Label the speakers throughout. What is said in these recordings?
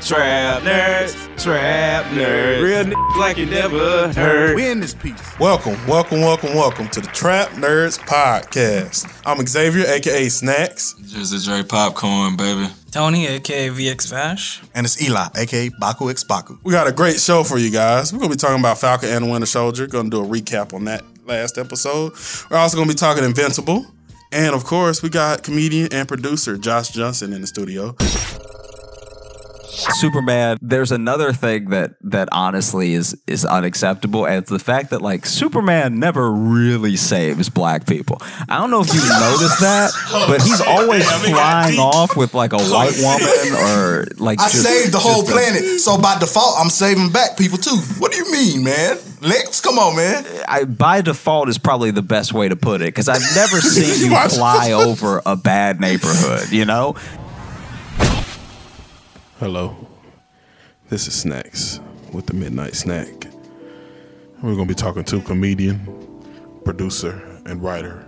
Speaker 1: Trap nerds, trap nerds, real niggas like you never heard.
Speaker 2: We in this piece.
Speaker 3: Welcome, welcome, welcome, welcome to the Trap Nerds Podcast. I'm Xavier, aka Snacks,
Speaker 4: Just a Dre popcorn, baby.
Speaker 5: Tony, aka VX Vash.
Speaker 6: And it's Eli, aka Baku X Baku.
Speaker 3: We got a great show for you guys. We're gonna be talking about Falcon and the Winter Soldier. Gonna do a recap on that last episode. We're also gonna be talking Invincible. And of course, we got comedian and producer Josh Johnson in the studio.
Speaker 7: Superman. There's another thing that that honestly is is unacceptable, and it's the fact that like Superman never really saves black people. I don't know if you noticed that, but he's always
Speaker 3: Damn, it got
Speaker 7: flying
Speaker 3: deep.
Speaker 7: off with like a white woman or like
Speaker 6: I
Speaker 7: just-
Speaker 6: saved the whole
Speaker 7: just a-
Speaker 6: planet, so by default, I'm saving black people too. What do you mean, man? Lex, come on, man.
Speaker 7: I, by default is probably the best way to put it because I've never seen you
Speaker 6: Watch.
Speaker 7: fly over a bad neighborhood. You know,
Speaker 2: Hello, this is Snacks with the Midnight Snack. We're going to be talking to comedian, producer, and writer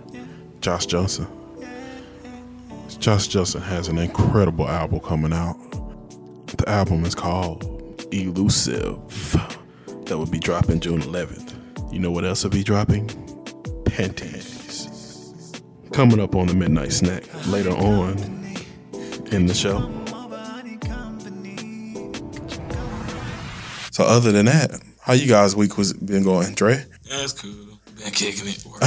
Speaker 2: Josh Johnson. Josh Johnson has an incredible album coming out. The album is called Elusive. That will be dropping June 11th. You know what else will be dropping? Panties. Coming up on the Midnight Snack later on in the show.
Speaker 3: So other than that, how you guys week was been going, Dre?
Speaker 4: That's cool. Been kicking it. Working.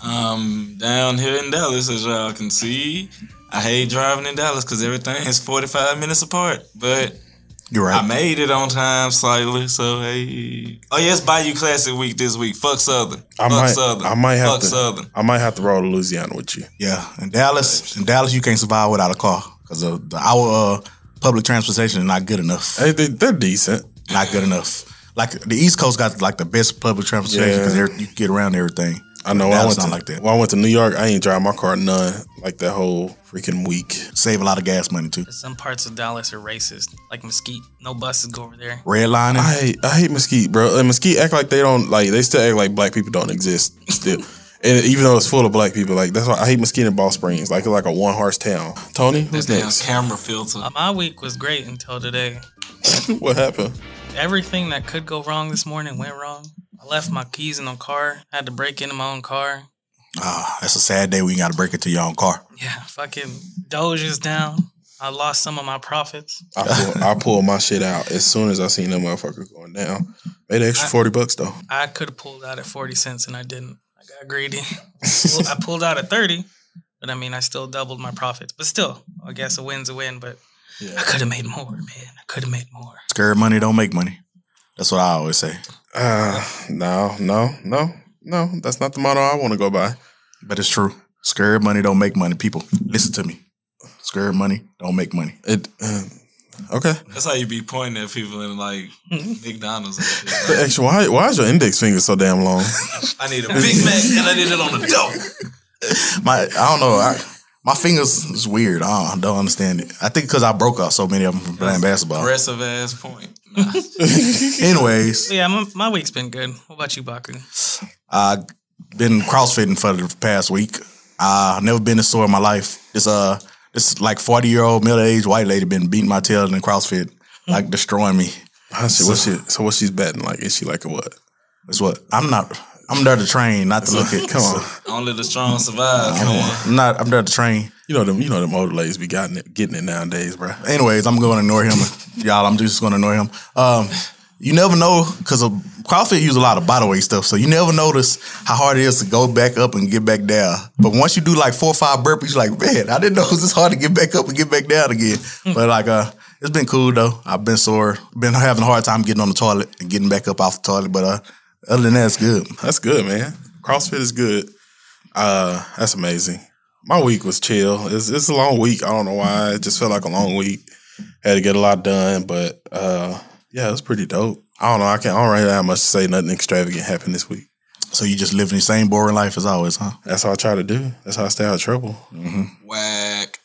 Speaker 4: um, down here in Dallas, as y'all can see, I hate driving in Dallas because everything is 45 minutes apart. But
Speaker 6: You're
Speaker 4: I made it on time slightly, so hey. Oh yeah, it's Bayou Classic week this week. Fuck Southern.
Speaker 3: I
Speaker 4: Fuck
Speaker 3: might,
Speaker 4: Southern.
Speaker 3: I might have
Speaker 4: Fuck
Speaker 3: to,
Speaker 4: Southern.
Speaker 3: I might have to roll to Louisiana with you.
Speaker 6: Yeah, in Dallas, in Dallas, you can't survive without a car because the our uh, public transportation is not good enough.
Speaker 3: Hey, they, they're decent.
Speaker 6: Not good enough. Like the East Coast got like the best public transportation because
Speaker 3: Yeah.
Speaker 6: you can get around everything.
Speaker 3: I know. I
Speaker 6: Dallas
Speaker 3: went
Speaker 6: not
Speaker 3: to,
Speaker 6: like that.
Speaker 3: When I went to New York, I ain't drive my car none like that whole freaking week.
Speaker 6: Save a lot of gas money too.
Speaker 5: Some parts of Dallas are racist, like Mesquite. No buses go over there.
Speaker 6: Redlining.
Speaker 3: I hate, I hate Mesquite, bro. And Mesquite act like they don't like. They still act like black people don't exist still. And even though it's full of black people, like that's why I hate Mesquite and Ball Springs. Like it's like a one horse town. Tony, who's
Speaker 4: Damn
Speaker 3: next?
Speaker 4: camera filter.
Speaker 5: Uh, My week was great until today.
Speaker 3: what happened?
Speaker 5: Everything that could go wrong this morning went wrong. I left my keys in the car. I had to break into my own car.
Speaker 6: Ah, that's a sad day when you got to break into your own car.
Speaker 5: Yeah, fucking Doge is down. I lost some of my profits.
Speaker 3: I pull, I pulled my shit out as soon as I seen that motherfucker going down. Made an extra forty bucks though.
Speaker 5: I could have pulled out at 40 cents and I didn't. I got greedy. Well, I pulled out at 30, but I mean, I still doubled my profits. But still, I guess a win's a win, but I could have made more, man. I could have made more.
Speaker 6: Scared money don't make money. That's what I always say.
Speaker 3: Uh, no, no, no, no. That's not the motto I want to go by.
Speaker 6: But it's true. Scared money don't make money. People, listen to me. Scared money don't make money.
Speaker 3: It. Uh, okay.
Speaker 4: That's how you be pointing at people in like McDonald's. And shit.
Speaker 3: The extra. Why? Why is your index finger so damn long?
Speaker 4: I need a Big Mac and I need it on the dough.
Speaker 6: My, I don't know. I, My fingers is weird. I don't understand it. I think because I broke out so many of them from playing basketball.
Speaker 4: Aggressive ass point.
Speaker 6: Anyways,
Speaker 5: Yeah, my, my week's been good. What about you, Baku?
Speaker 6: I've been CrossFitting for the past week. I've never been to store in my life. This uh, this like forty year old middle aged white lady been beating my tail in the CrossFit, like destroying me.
Speaker 3: So
Speaker 6: what's she, so what she's betting like? Is she like a what? It's what I'm not. I'm there to train, not to look at. Come on,
Speaker 4: Only the strong survive.
Speaker 6: Come
Speaker 4: man.
Speaker 6: on. I'm not. I'm there to train.
Speaker 3: You know them. You know them older ladies be getting it, getting it nowadays, bro.
Speaker 6: Anyways, I'm going to ignore him, y'all. I'm just going to ignore him. Um, you never know because CrossFit use a lot of body weight stuff, so you never notice how hard it is to go back up and get back down. But once you do like four or five burpees, you're like, man, I didn't know it was this hard to get back up and get back down again.
Speaker 3: Hmm.
Speaker 6: but like, uh, it's been cool though. I've been sore, been having a hard time getting on the toilet and getting back up off the toilet. But uh, other than that, it's good.
Speaker 3: That's good, man. CrossFit is good. Uh, that's amazing. My week was chill. It's it's a long week. I don't know why. It just felt like a long week. Had to get a lot done, but uh, yeah, it was pretty dope. I don't know. I can't. I don't really have much to say. Nothing extravagant happened this week.
Speaker 6: So you just living the same boring life as always, huh? Mm-hmm.
Speaker 3: That's how I try to do. That's how I stay out of trouble.
Speaker 4: Whack.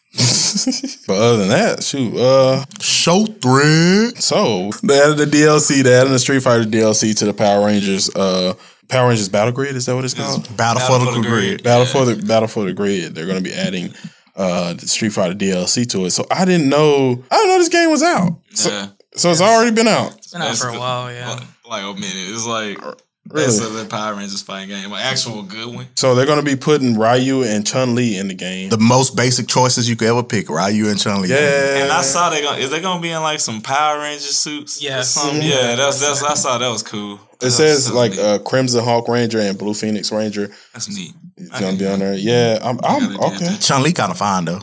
Speaker 3: But other than that, shoot, uh
Speaker 6: Show thread.
Speaker 3: So they added the DLC, they added the Street Fighter DLC to the Power Rangers, uh Power Rangers Battle Grid, is that what it's called?
Speaker 6: Battle for the Battle for the Grid. Grid,
Speaker 3: Battle for the Battle for the Grid. They're gonna be adding uh the Street Fighter DLC to it. So I didn't know I didn't know this game was out. So, so it's already been out.
Speaker 5: It's been out for a while, yeah.
Speaker 4: Like a minute. It's like
Speaker 6: Uh,
Speaker 3: Really?
Speaker 4: that's a Power Rangers fighting game, an actual good one.
Speaker 3: So they're gonna be putting Ryu and Chun Li in the game.
Speaker 6: The most basic choices you could ever pick, right? You and Chun Li.
Speaker 4: And I saw they going is they gonna be in like some Power Ranger suits? Yeah.
Speaker 3: Mhm.
Speaker 4: Yeah,
Speaker 6: Mm-hmm.
Speaker 4: that's that's I saw that was cool.
Speaker 3: It says like uh, Crimson Hawk Ranger and Blue Phoenix Ranger.
Speaker 4: That's neat.
Speaker 3: It's gonna be on there. Yeah, I'm. I'm okay.
Speaker 6: Chun Li kind of fine though.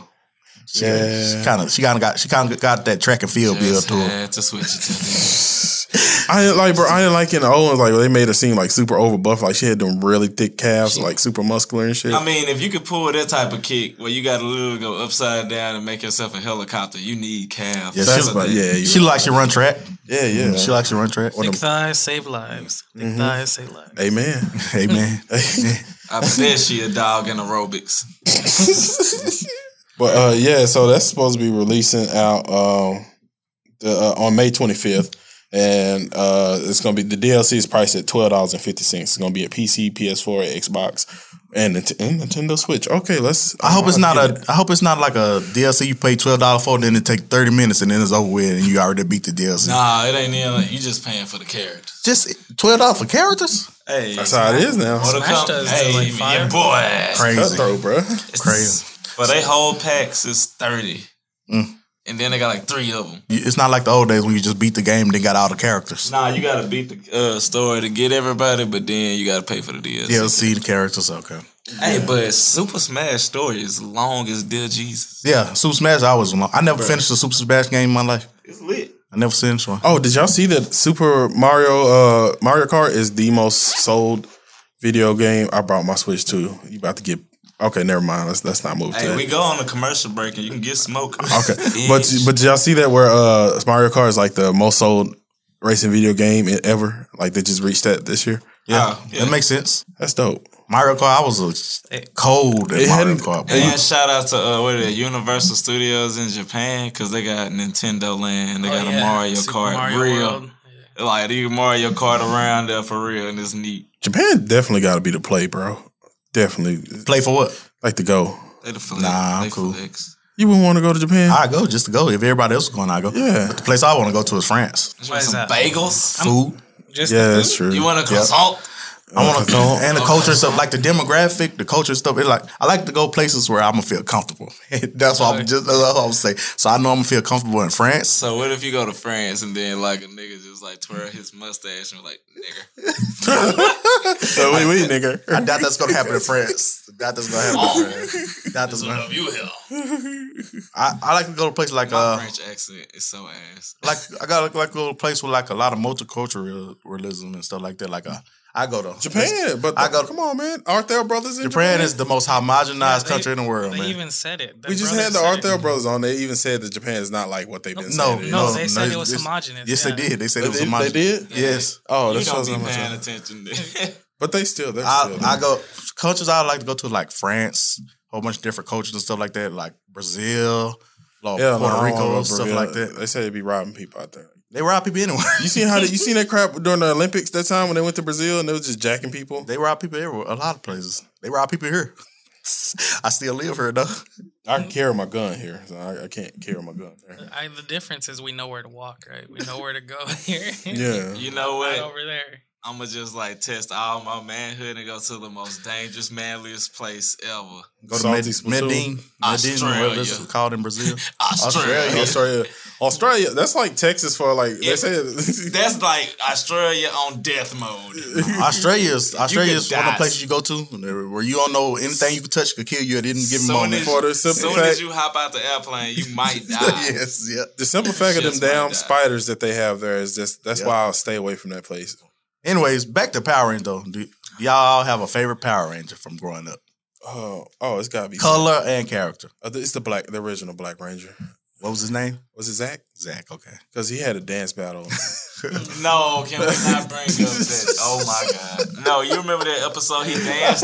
Speaker 6: She,
Speaker 3: Yeah.
Speaker 6: she kind of she kind of got she kind of got that track and field build to her.
Speaker 4: to switch it to
Speaker 3: I didn't like, bro. I didn't like in the old ones. Like they made her seem like super over buff. Like she had them really thick calves, like super muscular and shit.
Speaker 4: I mean, if you could pull that type of kick where you got to literally go upside down and make yourself a helicopter, you need calves.
Speaker 6: Yeah,
Speaker 4: That's
Speaker 6: she,
Speaker 4: a thing.
Speaker 6: yeah, she likes to run track.
Speaker 3: Yeah, yeah.
Speaker 6: She likes to run track.
Speaker 5: Thick thighs save lives. Thick thighs save lives.
Speaker 3: Mm-hmm. Amen.
Speaker 6: Amen.
Speaker 4: I bet she a dog in aerobics.
Speaker 3: But uh, yeah, so that's supposed to be releasing out um, the, uh, on May 25th, and uh, it's gonna be the DLC is priced at twelve dollars and fifty cents. It's gonna be a PC, PS4, Xbox, and, Nint- and Nintendo Switch. Okay, let's. uh,
Speaker 6: I hope it's not
Speaker 3: Get it.
Speaker 6: a. I hope it's not like a DLC you pay twelve dollars for, then it take thirty minutes, and then it's over with, and you already beat the DLC.
Speaker 4: Nah, it ain't even like you just paying for the carrot.
Speaker 6: Just twelve dollars for characters.
Speaker 4: Hey,
Speaker 6: That's how it is now.
Speaker 4: Mortal
Speaker 6: Smash
Speaker 4: Com-
Speaker 6: does
Speaker 4: hey,
Speaker 6: that, like,
Speaker 4: your
Speaker 6: five.
Speaker 4: boy,
Speaker 6: Crazy. Cutthroat,
Speaker 3: bro.
Speaker 6: Crazy.
Speaker 4: But they whole packs is thirty,
Speaker 6: Mm.
Speaker 4: and then they got like three of them.
Speaker 6: It's not like the old days when you just beat the game, then got all the characters.
Speaker 4: Nah, you gotta beat the uh, story to get everybody, but then you gotta pay for the DLC.
Speaker 6: DLC the characters. Okay.
Speaker 4: Hey, but Super Smash story is long as Dear Jesus.
Speaker 6: Yeah, Super Smash. I was. I never
Speaker 4: Bruh.
Speaker 6: finished a Super Smash game in my life.
Speaker 4: It's lit.
Speaker 6: I never finished one.
Speaker 3: Oh, did y'all see that Super Mario uh Mario Kart is the most sold video game? I brought my Switch too. You about to get okay, never mind. Let's let's not move to
Speaker 4: Hey,
Speaker 3: that.
Speaker 4: we go on a commercial break and you can get smoke.
Speaker 3: Okay. but but did y'all see that where uh Mario Kart is like the most sold racing video game in- ever? Like they just reached that this year?
Speaker 6: Yeah,
Speaker 4: Ah,
Speaker 6: that makes sense.
Speaker 3: That's dope.
Speaker 6: Mario Kart. I was a cold at
Speaker 3: It
Speaker 6: Mario
Speaker 3: hadn't-
Speaker 6: Kart. bro.
Speaker 4: And shout out to uh, what are they, Universal Studios in Japan because they got Nintendo Land, they
Speaker 5: Oh,
Speaker 4: got a
Speaker 5: yeah.
Speaker 4: Mario
Speaker 5: Super
Speaker 4: Kart
Speaker 5: Mario
Speaker 4: real,
Speaker 5: World.
Speaker 4: like they Mario Kart around there for real, and it's neat.
Speaker 3: Japan definitely gotta be the play, bro. Definitely.
Speaker 6: Play for what?
Speaker 3: Like to go.
Speaker 4: They the fl-
Speaker 6: Nah, I'm cool.
Speaker 3: You wouldn't want to go to Japan?
Speaker 6: I go just to go. If everybody else is going, I go.
Speaker 3: Yeah.
Speaker 6: But the place I want to go to is France.
Speaker 4: Why is that? Bagels,
Speaker 6: Food.
Speaker 5: Just
Speaker 6: Yeah, that's true.
Speaker 4: You want a
Speaker 6: Yep.
Speaker 4: croissant?
Speaker 6: I want to and the culture and stuff, like the demographic, the culture and stuff. It like I like to go places where I'm gonna feel comfortable. that's what I'm just that's what I'm saying. So I know I'm gonna feel comfortable in France.
Speaker 4: So what if you go to France and then like a nigga just like twirl his mustache and like nigga?
Speaker 6: so
Speaker 3: wait, wait, nigga.
Speaker 6: I doubt that's gonna happen in France. Doubt that's gonna happen. in
Speaker 5: Oh.
Speaker 6: France. Doubt that's gonna.
Speaker 4: What up, you here?
Speaker 6: I, I like to go to a place like
Speaker 4: My
Speaker 6: uh
Speaker 4: French accent is so ass.
Speaker 6: like I got like a little place with like a lot of multiculturalism and stuff like that. Like uh, I go to
Speaker 3: Japan, but
Speaker 6: I go to
Speaker 3: come on, man. Aren't there brothers in
Speaker 6: Japan is the most homogenized country in the world,
Speaker 5: They
Speaker 6: man.
Speaker 5: even said it. The
Speaker 3: we just
Speaker 5: brother
Speaker 3: had the
Speaker 5: said it.
Speaker 3: Arthur brothers on. They even said that Japan is not like what they've been
Speaker 6: No,
Speaker 3: saying. it
Speaker 5: no,
Speaker 3: is.
Speaker 5: they said it was homogenous.
Speaker 6: Yes, they did. They said
Speaker 3: They
Speaker 6: it was
Speaker 3: did-
Speaker 6: homogenous.
Speaker 3: they did?
Speaker 6: Yes.
Speaker 3: Oh,
Speaker 4: you
Speaker 3: that
Speaker 4: don't
Speaker 3: shows
Speaker 4: be
Speaker 3: how much.
Speaker 4: paying
Speaker 3: I-
Speaker 4: attention.
Speaker 3: But they still. They're
Speaker 6: I,
Speaker 3: still
Speaker 6: I go cultures I like to go to like France, whole bunch of different cultures and stuff like that, like Brazil, like
Speaker 3: Yeah,
Speaker 6: Puerto
Speaker 3: no,
Speaker 6: Rico,
Speaker 3: bro,
Speaker 6: stuff
Speaker 3: yeah.
Speaker 6: like that.
Speaker 3: They say they be robbing people out there.
Speaker 6: They rob people anyway.
Speaker 3: You seen how they, you seen that crap during the Olympics that time when they went to Brazil and they was just jacking people.
Speaker 6: They rob people everywhere, a lot of places. They rob people here. I still live here though.
Speaker 3: I can carry my gun here, so I, I can't carry my gun there.
Speaker 5: I, the difference is we know where to walk, right? We know where to go here.
Speaker 4: You know
Speaker 5: Right
Speaker 4: what?
Speaker 5: over there.
Speaker 4: I'ma just like test all my manhood and go to the most dangerous, manliest place ever.
Speaker 6: Go to Med- Medellin, Medellin, whatever
Speaker 4: Australia.
Speaker 6: it's called in Brazil.
Speaker 4: Australia.
Speaker 3: Australia, Australia. That's like Texas for like they
Speaker 4: Yeah.
Speaker 3: say.
Speaker 4: That's like Australia on death mode.
Speaker 6: Australia's
Speaker 4: You
Speaker 6: Australia's
Speaker 4: could
Speaker 6: one of the
Speaker 4: die.
Speaker 6: places you go to where you don't know anything you can touch could kill you at any given
Speaker 4: Soon
Speaker 6: moment.
Speaker 4: as, soon as you hop out the airplane, you might die.
Speaker 6: yes, yeah.
Speaker 3: The simple fact of them
Speaker 4: Just like
Speaker 3: damn
Speaker 4: that.
Speaker 3: spiders that they have there is just that's
Speaker 6: Yeah.
Speaker 3: why I'll stay away from that place.
Speaker 6: Anyways, back to Power Rangers though. Do, do y'all have a favorite Power Ranger from growing up?
Speaker 3: Oh, oh, it's gotta be
Speaker 6: Color and character.
Speaker 3: Uh, It's the black, the original Black Ranger.
Speaker 6: What was his name?
Speaker 3: Was it Zach?
Speaker 6: Zach. Okay,
Speaker 3: because he had a dance battle.
Speaker 4: No, can we not bring up that? Oh my god! No, you remember that episode he danced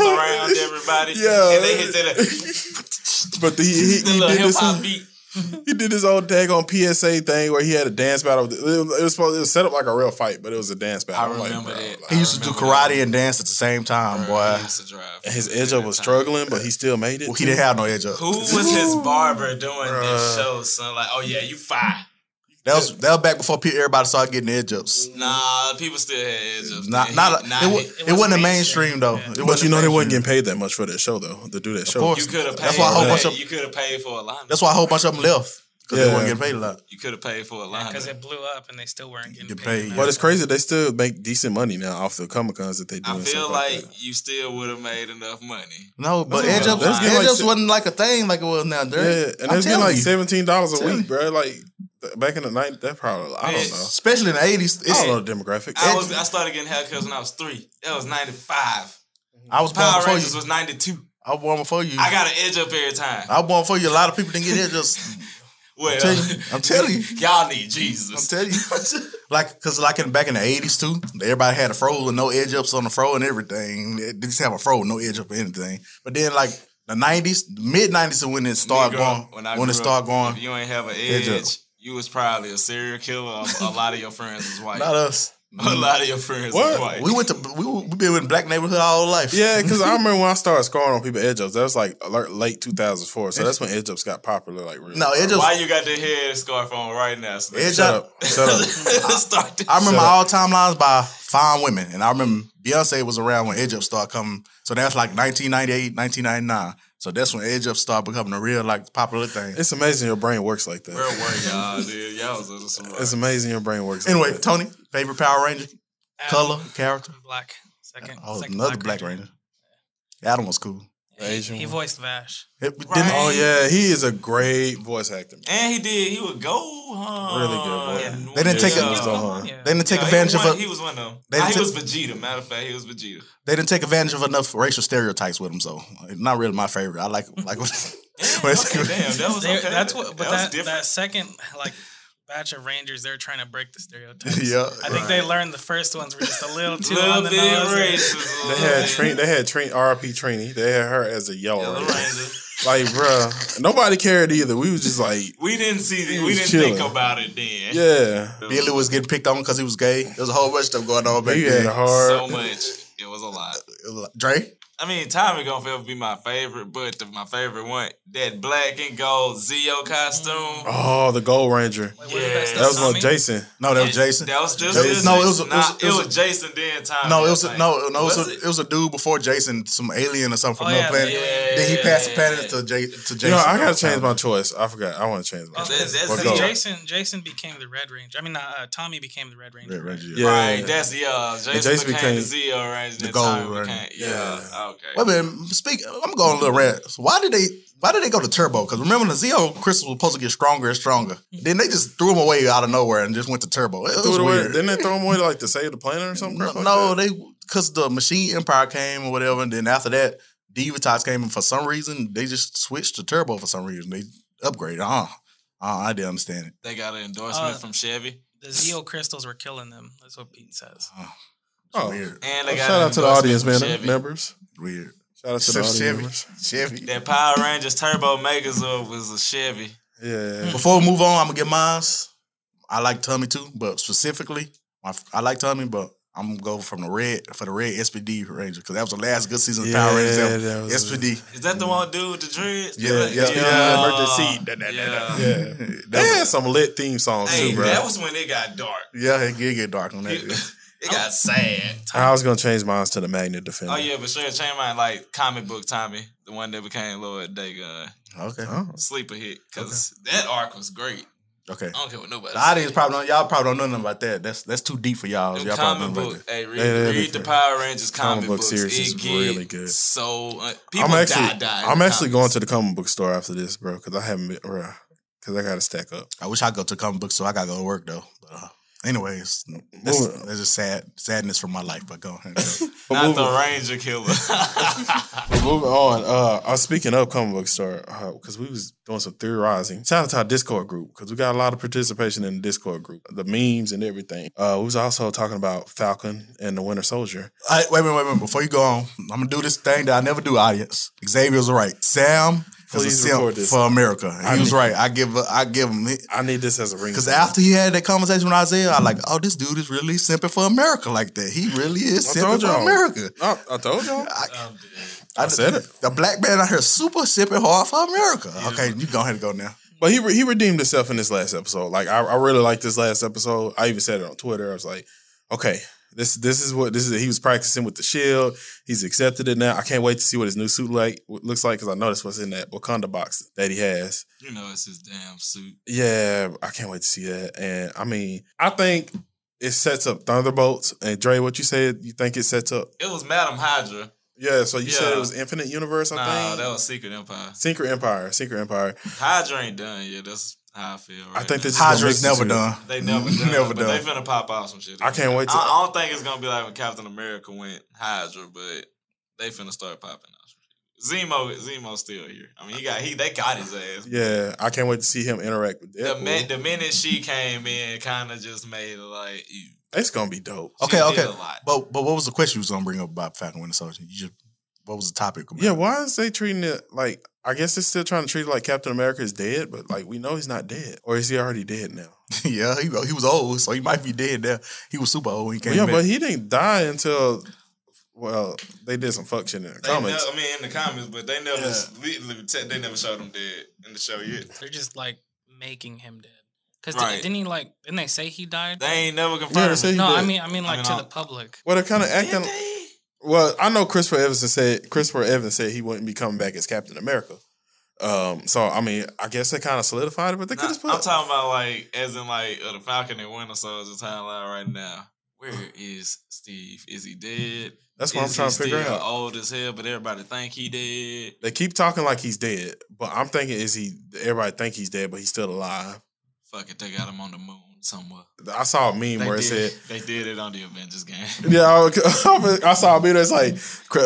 Speaker 4: around everybody?
Speaker 3: Yeah.
Speaker 4: and they hit that
Speaker 3: but the, he, he,
Speaker 4: The
Speaker 3: he
Speaker 4: little
Speaker 3: did this.
Speaker 4: hip-hop
Speaker 3: He did this old daggone PSA thing where he had a dance battle. It was, it was supposed it was set up like a real fight, but it was a dance battle. I remember that.
Speaker 6: he used to do karate and dance at the same time, boy. He used
Speaker 4: to drive.
Speaker 3: His edge up was struggling, but he still made it.
Speaker 6: Well, he didn't have no edge up.
Speaker 4: Who was his barber doing this show? Son, like, oh yeah, you fine.
Speaker 6: That was that was back before pe- everybody started getting edge ups.
Speaker 4: Nah, people still had edge ups.
Speaker 6: Not,
Speaker 4: man.
Speaker 6: not,
Speaker 4: He-
Speaker 6: it, wa- it, wasn't a mainstream though. It
Speaker 3: But
Speaker 6: wasn't
Speaker 3: you know
Speaker 6: a
Speaker 3: they
Speaker 6: mainstream.
Speaker 3: wasn't getting paid that much for that show though. To do that show,
Speaker 6: course.
Speaker 4: You could have paid.
Speaker 6: That's why a whole
Speaker 4: for
Speaker 6: bunch
Speaker 4: that.
Speaker 6: of-
Speaker 4: you could have paid for a line.
Speaker 6: That's why a whole bunch of them left because they
Speaker 3: Yeah.
Speaker 6: weren't getting paid a lot.
Speaker 4: You could have paid for a line.
Speaker 5: Because it blew up and they still weren't getting.
Speaker 3: But it's crazy. They still make decent money now off the Comic Cons that they do.
Speaker 4: I
Speaker 3: and
Speaker 4: feel
Speaker 3: stuff
Speaker 4: like you still would have made enough money.
Speaker 6: No, but
Speaker 3: That's
Speaker 6: edge
Speaker 3: what-
Speaker 6: ups,
Speaker 3: that's getting
Speaker 6: edge
Speaker 3: like
Speaker 6: ups
Speaker 3: si-
Speaker 6: wasn't like a thing like it was now.
Speaker 3: that. yeah,
Speaker 6: Dirk.
Speaker 3: and
Speaker 6: I'm
Speaker 3: it's getting like
Speaker 6: telling you.
Speaker 3: seventeen dollars a
Speaker 6: Telling
Speaker 3: week, bro. Like th- back in the night, that probably I don't know.
Speaker 6: Especially in the eighties,
Speaker 3: I don't know the demographics.
Speaker 4: Oh. I was I started getting haircuts when I was three. That was ninety five.
Speaker 6: I was born
Speaker 4: Power
Speaker 6: before
Speaker 4: Rangers
Speaker 6: you.
Speaker 4: was ninety two.
Speaker 6: I was born before you.
Speaker 4: I got an edge up every time.
Speaker 6: I was born before you. A lot of people didn't get edge ups.
Speaker 4: Well,
Speaker 6: telling you- I'm telling you.
Speaker 4: all need Jesus.
Speaker 6: I'm telling you, like, cause like in back in the eighties too, everybody had a fro with no edge ups on the fro and everything. They just have a fro, with no edge up or anything. But then like the nineties, mid nineties, is when it started going, when,
Speaker 4: I
Speaker 6: it
Speaker 4: grew up,
Speaker 6: started going,
Speaker 4: if you ain't have an
Speaker 6: edge
Speaker 4: edge,
Speaker 6: up.
Speaker 4: you was probably a serial killer. A, a lot of your friends was white.
Speaker 6: not us.
Speaker 3: Mm.
Speaker 4: A lot of your friends was white.
Speaker 6: We went to we, we been in black neighborhood all life.
Speaker 3: Yeah, because I remember when I started scoring on people edge ups. That was like alert- late 2004. So that's when edge ups got popular. Like real.
Speaker 6: No, edge ups-
Speaker 4: Why you got the head scarf on right now? Slick?
Speaker 6: Edge
Speaker 3: Shut
Speaker 6: up.
Speaker 3: Shut up.
Speaker 4: Start this
Speaker 6: I remember
Speaker 4: shit.
Speaker 6: all timelines by fine women, and I remember Beyonce was around when Edge Up started coming. So that's like 1998, 1999. So that's when Edge Up started becoming a real like popular thing.
Speaker 3: It's amazing your brain works like that.
Speaker 4: Where were y'all, Oh, dude? Y'all was under some rock.
Speaker 3: It's amazing your brain works. like
Speaker 6: Anyway,
Speaker 3: that.
Speaker 6: Tony, favorite Power Ranger, color, character.
Speaker 5: Black. Second.
Speaker 6: Oh,
Speaker 5: second
Speaker 6: another Black
Speaker 5: Black
Speaker 6: Ranger. Adam was cool.
Speaker 3: Asian
Speaker 5: He
Speaker 3: one.
Speaker 5: voiced Vash.
Speaker 6: It- didn't-
Speaker 3: Oh yeah, he is a great voice actor.
Speaker 4: And he did. He would go, huh?
Speaker 3: Really good voice.
Speaker 6: They didn't take
Speaker 3: Yeah.
Speaker 6: a-
Speaker 3: He was going hard.
Speaker 6: They didn't take
Speaker 4: Yeah,
Speaker 6: advantage
Speaker 4: he was
Speaker 6: of.
Speaker 4: one-
Speaker 6: a-
Speaker 4: He was one of them.
Speaker 6: They
Speaker 4: Nah,
Speaker 6: didn't
Speaker 4: he was
Speaker 6: take,
Speaker 4: Vegeta. Matter of fact, he was Vegeta.
Speaker 6: they didn't take advantage of enough racial stereotypes with him, so it's not really my favorite. I like like. when- when it's-
Speaker 4: damn, that was
Speaker 5: They-
Speaker 4: okay.
Speaker 5: That's what. But
Speaker 4: That was
Speaker 5: that, that,
Speaker 4: different.
Speaker 5: second like batch of Rangers, they're trying to break the stereotypes.
Speaker 6: Yeah,
Speaker 5: I think they learned the first ones were just a little too
Speaker 4: Little
Speaker 5: on the
Speaker 4: bit
Speaker 5: nose.
Speaker 4: racist.
Speaker 3: They had Trini. They had Trini. R.I.P. Trini. They had her as a yellow, ranger. Like, bruh, nobody cared either. We was just like,
Speaker 4: We didn't see.
Speaker 3: He
Speaker 4: we
Speaker 3: was
Speaker 4: didn't think
Speaker 3: chilling.
Speaker 4: about it then.
Speaker 3: yeah.
Speaker 6: Billy was getting picked on because he was gay. There was a whole bunch of stuff going on back
Speaker 3: He
Speaker 6: then.
Speaker 3: had a hard-
Speaker 4: So much. It was a lot.
Speaker 6: Dre,
Speaker 4: I mean, Tommy gonna forever be my favorite, but the, my favorite one, that black and gold Zio costume. Uh,
Speaker 3: Oh, the Gold Ranger.
Speaker 4: Yeah.
Speaker 3: That was one Jason.
Speaker 6: No, that was Jason.
Speaker 4: That was just
Speaker 6: That was- no, it was- it
Speaker 4: nah,
Speaker 6: was- it
Speaker 4: it
Speaker 6: was-
Speaker 4: was Jason then Tommy.
Speaker 6: No, it was
Speaker 4: I
Speaker 6: a,
Speaker 4: think.
Speaker 6: no, no. It was,
Speaker 4: Was
Speaker 6: a,
Speaker 4: it?
Speaker 6: it was a dude before Jason, some alien or something from
Speaker 4: Oh,
Speaker 6: another
Speaker 4: yeah,
Speaker 6: planet.
Speaker 4: yeah,
Speaker 6: then he
Speaker 4: yeah,
Speaker 6: passed the
Speaker 4: yeah,
Speaker 6: planet to, J, to Jason.
Speaker 3: You know, I gotta change my choice. I forgot. I want to change
Speaker 4: Oh,
Speaker 3: my choice. Or
Speaker 5: Because
Speaker 3: Gold.
Speaker 5: Jason, Jason became the Red Ranger. I mean, uh, uh, Tommy became the Red Ranger.
Speaker 3: Yeah.
Speaker 4: Right, that's yeah. Jason,
Speaker 3: And Jason
Speaker 4: became,
Speaker 3: became
Speaker 4: the Zio Ranger.
Speaker 6: the
Speaker 4: The
Speaker 6: gold
Speaker 4: Tommy
Speaker 6: Ranger.
Speaker 4: became yeah. Okay.
Speaker 6: Wait a minute. Speak. I'm going a little rant. So why did they? Why did they go to Turbo? Because remember, the Zeo crystals were supposed to get stronger and stronger. Then they just threw them away out of nowhere and just went to Turbo. It
Speaker 3: They
Speaker 6: was
Speaker 3: threw it away.
Speaker 6: weird.
Speaker 3: Didn't they throw him away like to save the planet or something? crap like
Speaker 6: no,
Speaker 3: that?
Speaker 6: they because the Machine Empire came or whatever, and then after that, Divatox came, and for some reason, they just switched to Turbo for some reason. They upgraded. Huh? Uh, I didn't understand it.
Speaker 4: They got an endorsement
Speaker 5: Uh,
Speaker 4: from Chevy.
Speaker 5: The Zeo crystals were killing them. That's what Pete says.
Speaker 6: It's weird.
Speaker 4: And they
Speaker 3: Oh,
Speaker 4: got
Speaker 3: shout
Speaker 4: an
Speaker 3: out to the
Speaker 4: endorsement
Speaker 3: audience,
Speaker 4: from
Speaker 3: man.
Speaker 4: Chevy.
Speaker 3: Members.
Speaker 6: Weird.
Speaker 3: Shout out to the
Speaker 6: Some
Speaker 3: audio
Speaker 6: Chevy.
Speaker 3: members.
Speaker 6: Chevy.
Speaker 4: That Power Rangers Turbo Megazord was a Chevy.
Speaker 3: Yeah.
Speaker 6: Before we move on, I'm gonna get mine's. I like Tummy too, but specifically, my, I like Tummy, but I'm gonna go from the red for the red SPD Ranger because that was the last good season of Power Rangers.
Speaker 3: Yeah,
Speaker 6: ever.
Speaker 3: that was-
Speaker 6: SPD.
Speaker 4: Is that the one dude with the dreads?
Speaker 6: Yeah,
Speaker 4: Like,
Speaker 6: yeah,
Speaker 3: yeah.
Speaker 6: Emergency.
Speaker 4: Yeah.
Speaker 3: Yeah. They had some lit theme songs
Speaker 4: Hey,
Speaker 3: too, bro.
Speaker 4: that was when it got dark.
Speaker 6: yeah, it did get dark on that.
Speaker 4: It got sad.
Speaker 3: I was gonna change mine to the Magnet Defender.
Speaker 4: Oh yeah, but sure, change mine like comic book Tommy, the one that became Lord Dagon.
Speaker 6: Okay.
Speaker 4: Sleeper hit because that arc was great.
Speaker 6: Okay.
Speaker 4: I don't care what nobody.
Speaker 6: The audience
Speaker 4: said.
Speaker 6: probably don't, y'all probably don't know nothing about that. That's that's too deep for y'all.
Speaker 4: Them
Speaker 6: y'all probably
Speaker 4: comic
Speaker 6: don't know about
Speaker 4: book. Hey, read,
Speaker 6: Yeah, yeah,
Speaker 4: read
Speaker 6: that's
Speaker 4: the
Speaker 6: right.
Speaker 4: Power Rangers comic,
Speaker 3: Comic book
Speaker 4: books.
Speaker 3: series
Speaker 4: it
Speaker 3: is
Speaker 4: get
Speaker 3: really good.
Speaker 4: So uh, people
Speaker 3: I'm actually,
Speaker 4: die die. in
Speaker 3: I'm
Speaker 4: the
Speaker 3: actually
Speaker 4: comics.
Speaker 3: going to the comic book store after this, bro, because I haven't been around. Because I got to stack up.
Speaker 6: that. I wish I go to comic book, so I gotta go to work though. But, uh, anyways, that's,
Speaker 3: Moving
Speaker 6: that's just sad sadness from my life. But go ahead.
Speaker 4: Not the Ranger Killer.
Speaker 3: But moving on, uh, I was speaking of comic book store because we was doing some theorizing. Shout out to our Discord group because we got a lot of participation in the Discord group, the memes and everything. Uh, we was also talking about Falcon and the Winter Soldier.
Speaker 6: All right, wait a minute, wait a minute. Before you go on, I'm gonna do this thing that I never do, audience. Xavier's right. Sam
Speaker 3: Please
Speaker 6: is a simp
Speaker 3: record this.
Speaker 6: for America. And
Speaker 3: I
Speaker 6: he was
Speaker 3: need-
Speaker 6: right. I give I give him
Speaker 3: I need this as a ring.
Speaker 6: Because after he had that conversation with Isaiah, I like, oh, this dude is really simping for America like that. He really is
Speaker 3: I told
Speaker 6: simping for
Speaker 3: y'all.
Speaker 6: America.
Speaker 3: I, I told y'all.
Speaker 4: Um,
Speaker 6: I,
Speaker 3: said it.
Speaker 6: The black man out here super simping hard for America. Okay, you go ahead and go now.
Speaker 3: But he re- he redeemed himself in this last episode. Like I, I really liked this last episode. I even said it on Twitter. I was like, okay, this this is what this is. He was practicing with the shield. He's accepted it now. I can't wait to see what his new suit like looks like because I know that's what's in that Wakanda box that he has.
Speaker 4: you know, it's his damn suit.
Speaker 3: Yeah, I can't wait to see that. And I mean, I think it sets up Thunderbolts and Dre. What you said? You think it sets up?
Speaker 4: It was Madam Hydra.
Speaker 3: Yeah. So you said
Speaker 4: Yeah.
Speaker 3: it was Infinite Universe. I
Speaker 4: Nah,
Speaker 3: think
Speaker 4: that was Secret Empire.
Speaker 3: Secret Empire. Secret Empire.
Speaker 4: Hydra ain't done yet. That's how I feel. Right
Speaker 3: I think
Speaker 4: now.
Speaker 3: this Hydra's
Speaker 6: never done.
Speaker 4: They never done.
Speaker 6: Never
Speaker 4: but
Speaker 6: done.
Speaker 4: They finna pop out some shit.
Speaker 3: I can't wait to-
Speaker 4: I, I don't think it's gonna be like when Captain America went Hydra, but they finna start popping out some shit. Zemo, Zemo's still here. I mean, he got he they got his ass.
Speaker 3: Yeah, I can't wait to see him interact with
Speaker 4: The,
Speaker 3: Deadpool.
Speaker 4: min- the minute she came in, kind of just made it like, ew.
Speaker 3: it's gonna be dope.
Speaker 6: Okay,
Speaker 4: did
Speaker 6: okay.
Speaker 4: a lot.
Speaker 6: But but what was the question you was gonna bring up about Falcon Winter Soldier? You just, what was the topic? about?
Speaker 3: Yeah, why is they treating it like? I guess they're still trying to treat it like Captain America is dead, but like we know he's not dead, or is he already dead now?
Speaker 6: yeah, he, he was old, so he might be dead now. He was super old when he came
Speaker 3: yeah,
Speaker 6: back.
Speaker 3: but he didn't die until. Well, they did some fuck shit in the
Speaker 4: They never,
Speaker 3: comments.
Speaker 4: I mean, in the comments, but they never literally te- they never showed him dead in the show yet.
Speaker 5: They're just like making him dead. Because
Speaker 4: Right.
Speaker 5: didn't he like? Didn't they say he died?
Speaker 4: They ain't never confirmed.
Speaker 3: Yeah, they said he
Speaker 5: no, I
Speaker 3: did.
Speaker 5: mean, I mean, like
Speaker 3: mean,
Speaker 5: to
Speaker 3: I'll-
Speaker 5: the public.
Speaker 3: Well, they're kind of acting. Well, I know Christopher Evans said Christopher Evans said he wouldn't be coming back as Captain America. Um, so I mean, I guess they kind of solidified it, but they could
Speaker 4: Nah,
Speaker 3: have put.
Speaker 4: I'm talking about like as in like uh, the Falcon and Winter Soldier timeline right now. Where is Steve? Is he dead?
Speaker 3: That's what I'm
Speaker 4: Is he
Speaker 3: trying to figure
Speaker 4: still
Speaker 3: out.
Speaker 4: Old as hell, but everybody think he dead.
Speaker 3: They keep talking like he's dead, but I'm thinking is he? Everybody think he's dead, but he's still alive.
Speaker 4: Fuck it, they got him on the moon somewhere.
Speaker 3: I saw a meme
Speaker 4: They
Speaker 3: where it
Speaker 4: did,
Speaker 3: said
Speaker 4: they did it on the Avengers game.
Speaker 3: Yeah, I, was- I saw a meme that's like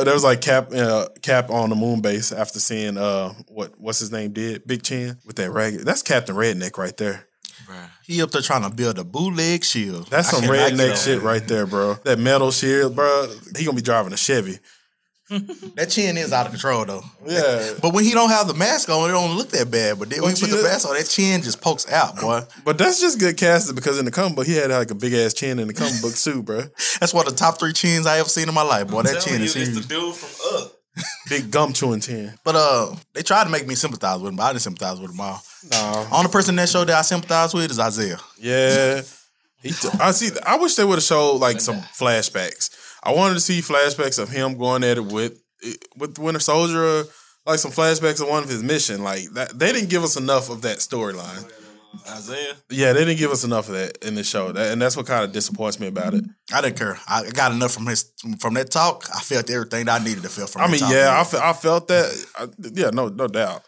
Speaker 3: there was like Cap uh, Cap on the moon base after seeing uh what what's his name did Big Chin with that ragged. That's Captain Redneck right there.
Speaker 6: he up there trying to build a bootleg shield.
Speaker 3: That's
Speaker 6: I
Speaker 3: some
Speaker 6: cannot get
Speaker 3: redneck
Speaker 6: over
Speaker 3: shit
Speaker 6: it.
Speaker 3: right there, bro. That metal shield, bro. He gonna be driving a Chevy.
Speaker 6: That chin is out of control though.
Speaker 3: Yeah.
Speaker 6: But when he don't have the mask on, it don't look that bad. But then when
Speaker 3: But
Speaker 6: he put
Speaker 3: you
Speaker 6: the
Speaker 3: look-
Speaker 6: mask on, that chin just pokes out, boy.
Speaker 3: But that's just good casting because in the comic book he had like a big ass chin in the comic book too, bro.
Speaker 6: That's one of the top three chins I ever seen in my life, boy.
Speaker 3: I'm
Speaker 6: That
Speaker 3: telling
Speaker 6: chin
Speaker 3: you,
Speaker 6: is
Speaker 3: it's
Speaker 6: huge.
Speaker 4: Dude from Up.
Speaker 3: Big gum chewing chin.
Speaker 6: But uh, they tried to make me sympathize with him, but I didn't sympathize with him all.
Speaker 3: No.
Speaker 6: Only person that show that I sympathize with is Isaiah.
Speaker 3: Yeah. He t- I see. I wish they would have showed like some flashbacks. I wanted to see flashbacks of him going at it with with the Winter Soldier, or, like some flashbacks of one of his mission. Like that, they didn't give us enough of that storyline.
Speaker 4: Isaiah.
Speaker 3: Yeah, they didn't give us enough of that in the show, That- and that's what kind of disappoints me about it.
Speaker 6: I didn't care. I got enough from his from that talk. I felt everything that I needed to feel from.
Speaker 3: I
Speaker 6: that
Speaker 3: mean,
Speaker 6: talk.
Speaker 3: yeah, I, fe- I felt that. I, yeah, no, no doubt.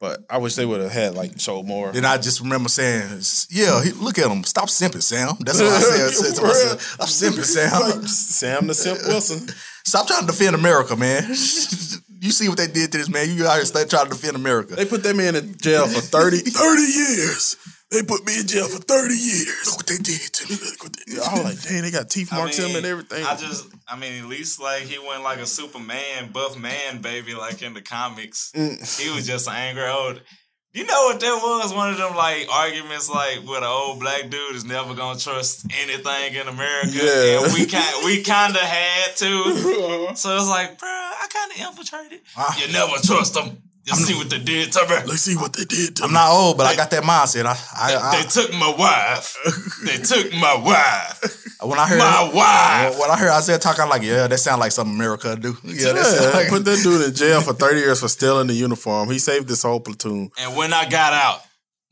Speaker 3: But I wish they would have had like showed more.
Speaker 6: Then I just remember saying, "Yeah, he, look at him. Stop simping, Sam." That's what I said. I said to myself, I'm simping, Sam.
Speaker 3: Like, Sam the simp Wilson.
Speaker 6: Stop trying to defend America, man. you see what they did to this man. You out here start trying to defend America.
Speaker 3: They put that man in jail for 30, 30 years. They put me in jail for 30 years. Look what they did to me. Look what they did. I was like, dang, they got teeth
Speaker 4: I
Speaker 3: marks in
Speaker 4: mean,
Speaker 3: him and everything.
Speaker 4: I just, I mean, at least like he wasn't like a Superman buff man baby like in the comics.
Speaker 3: Mm.
Speaker 4: He was just an angry old. You know what that was? One of them like arguments like with an old black dude is never gonna trust anything in America.
Speaker 3: Yeah. Uh-huh.
Speaker 4: And we kind we kinda had to. so it's like, bruh, I kinda infiltrated.
Speaker 6: Ah.
Speaker 4: You never trust them. You see what they did to me.
Speaker 3: Let's see what they did
Speaker 6: I'm not old, but I got that mindset. I, I,
Speaker 4: They took my wife. they took my wife.
Speaker 6: I when I heard
Speaker 4: My wife.
Speaker 6: when I heard Isaiah talk, I'm like, yeah, that sound like something America would do. Yeah, that
Speaker 3: Yeah,
Speaker 6: sound like-
Speaker 3: put that dude in jail for 30 years for stealing the uniform. He saved this whole platoon.
Speaker 4: And when I got out,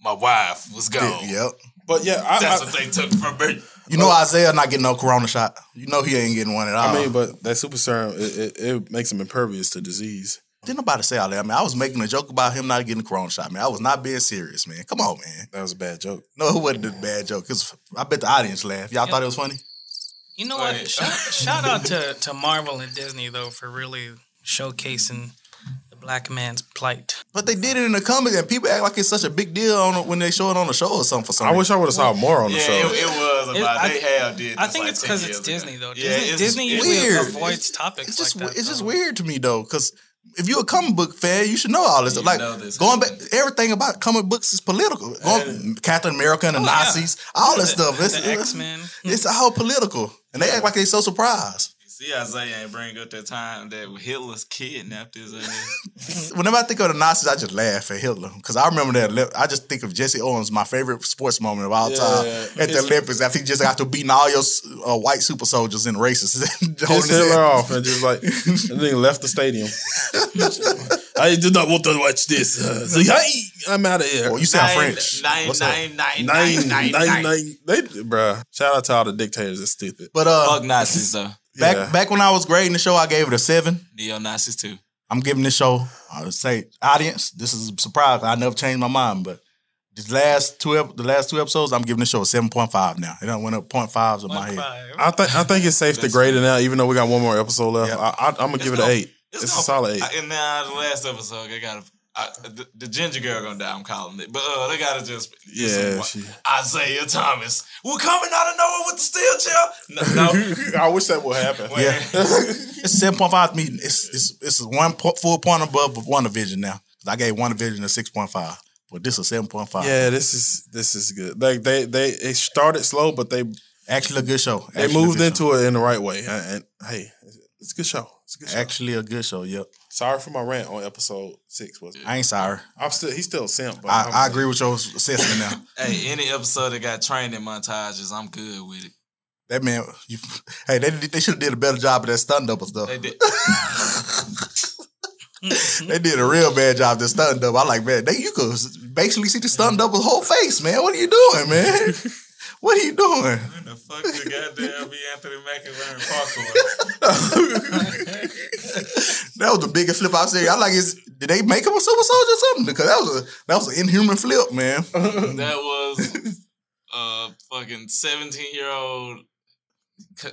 Speaker 4: my wife was gone.
Speaker 6: Yep.
Speaker 3: But yeah, I,
Speaker 4: that's what they took from me.
Speaker 6: You know Isaiah not getting no corona shot. You know he ain't getting one at all.
Speaker 3: I mean, but that super serum, it, it, it makes him impervious to disease.
Speaker 6: Didn't nobody say all that. I mean, I was making a joke about him not getting the corona shot, man. I was not being serious, man. Come on, man.
Speaker 3: That was a bad joke.
Speaker 6: No, it wasn't a bad joke. 'cause I bet the audience laughed. Y'all thought it was funny?
Speaker 5: You know what? Shout, shout out to, to Marvel and Disney though for really showcasing the black man's plight.
Speaker 6: But they did it in the comics, and people act like it's such a big deal on when they show it on the show or something. For some
Speaker 3: I wish I would've saw more on the
Speaker 4: Yeah, it, it was
Speaker 6: It-
Speaker 4: about
Speaker 6: I-
Speaker 4: they have did.
Speaker 5: I
Speaker 4: this,
Speaker 5: think
Speaker 4: like,
Speaker 5: it's
Speaker 4: 10
Speaker 5: because
Speaker 4: years
Speaker 5: it's
Speaker 4: ago.
Speaker 5: Disney though.
Speaker 4: Yeah,
Speaker 5: Disney,
Speaker 4: it's-
Speaker 5: Disney
Speaker 4: it's
Speaker 5: usually
Speaker 6: weird.
Speaker 5: avoids topics
Speaker 6: It's just
Speaker 5: like that.
Speaker 6: it's just weird to me though, because if you're a comic book fan, you should know all this. stuff. like going back, everything about comic books is political. Going, Captain America and Oh, the Nazis, all that stuff. It's,
Speaker 5: X Men.
Speaker 6: it's all political, and they act like they so surprised.
Speaker 4: See, Isaiah ain't bring up the time that Hitler's kidnapped his ass.
Speaker 6: Whenever I think of the Nazis, I just laugh at Hitler because I remember that. Olymp- I just think of Jesse Owens, my favorite sports moment of all
Speaker 3: Yeah,
Speaker 6: time,
Speaker 3: yeah.
Speaker 6: at the
Speaker 3: His-
Speaker 6: Olympics after he just got to beating all your uh, white super soldiers and racists.
Speaker 3: Pissed Hitler off and just like, and then he left the stadium. I do not want to watch this. Uh, so, hey, I'm out of here.
Speaker 6: Well, you sound Nine- French.
Speaker 4: nine-
Speaker 3: What's
Speaker 4: nine-
Speaker 3: that?
Speaker 4: nine- nine- nine- nine.
Speaker 3: They, bruh, shout out to all the dictators. It's stupid.
Speaker 6: But uh,
Speaker 4: Fuck Nazis though.
Speaker 6: Back
Speaker 3: Yeah.
Speaker 6: back when I was grading the show, I gave it a seven.
Speaker 4: Neo Nazis too.
Speaker 6: I'm giving this show. I would say, audience, this is a surprise. I never changed my mind, but these last two ep- the last two episodes, I'm giving this show a seven point five now. It done went up point fives in my head.
Speaker 3: I think I think it's safe to grade it now, even though we got one more episode left. I, I, I'm gonna give it an eight. It's, a solid eight.
Speaker 4: I, and now the last episode, they got to the, the ginger girl gonna die. I'm calling it, but uh, they gotta just
Speaker 3: yeah,
Speaker 4: some-
Speaker 3: she-
Speaker 4: Isaiah Thomas. We're coming out of nowhere with the steel chair. No, no.
Speaker 3: I wish that would happen.
Speaker 6: Yeah, it's seven point five to me. It's it's it's one po- full point above of one division now. 'Cause I gave one division a six point five, but this is seven point five.
Speaker 3: Yeah, this is this is good. Like they they it started slow, but they
Speaker 6: actually a good show.
Speaker 3: They
Speaker 6: Actually a
Speaker 3: moved
Speaker 6: good
Speaker 3: into it in the right way. And, and, hey, it's a good show. It's a good show.
Speaker 6: Actually, a good show. Yep.
Speaker 3: Sorry for my rant on episode six. Was
Speaker 6: I ain't sorry.
Speaker 3: I'm still he's still a simp. But I'm-
Speaker 6: I, I agree with your assessment now.
Speaker 4: Hey, any episode that got training montages, I'm good with it.
Speaker 6: That man, you, hey, they they should have did a better job of that stunt double stuff.
Speaker 4: They did.
Speaker 6: They did a real bad job this stunt double. I like, man, they, you could basically see the stunt double's whole face, man. What are you doing, man? what are you doing?
Speaker 4: the fuck the goddamn be Anthony Mackie wearing parkour?
Speaker 6: That was the biggest flip I've seen. I like, is did they make him a super soldier or something? Because that was a that was an inhuman flip, man.
Speaker 4: Uh-huh. that was a fucking 17 year old.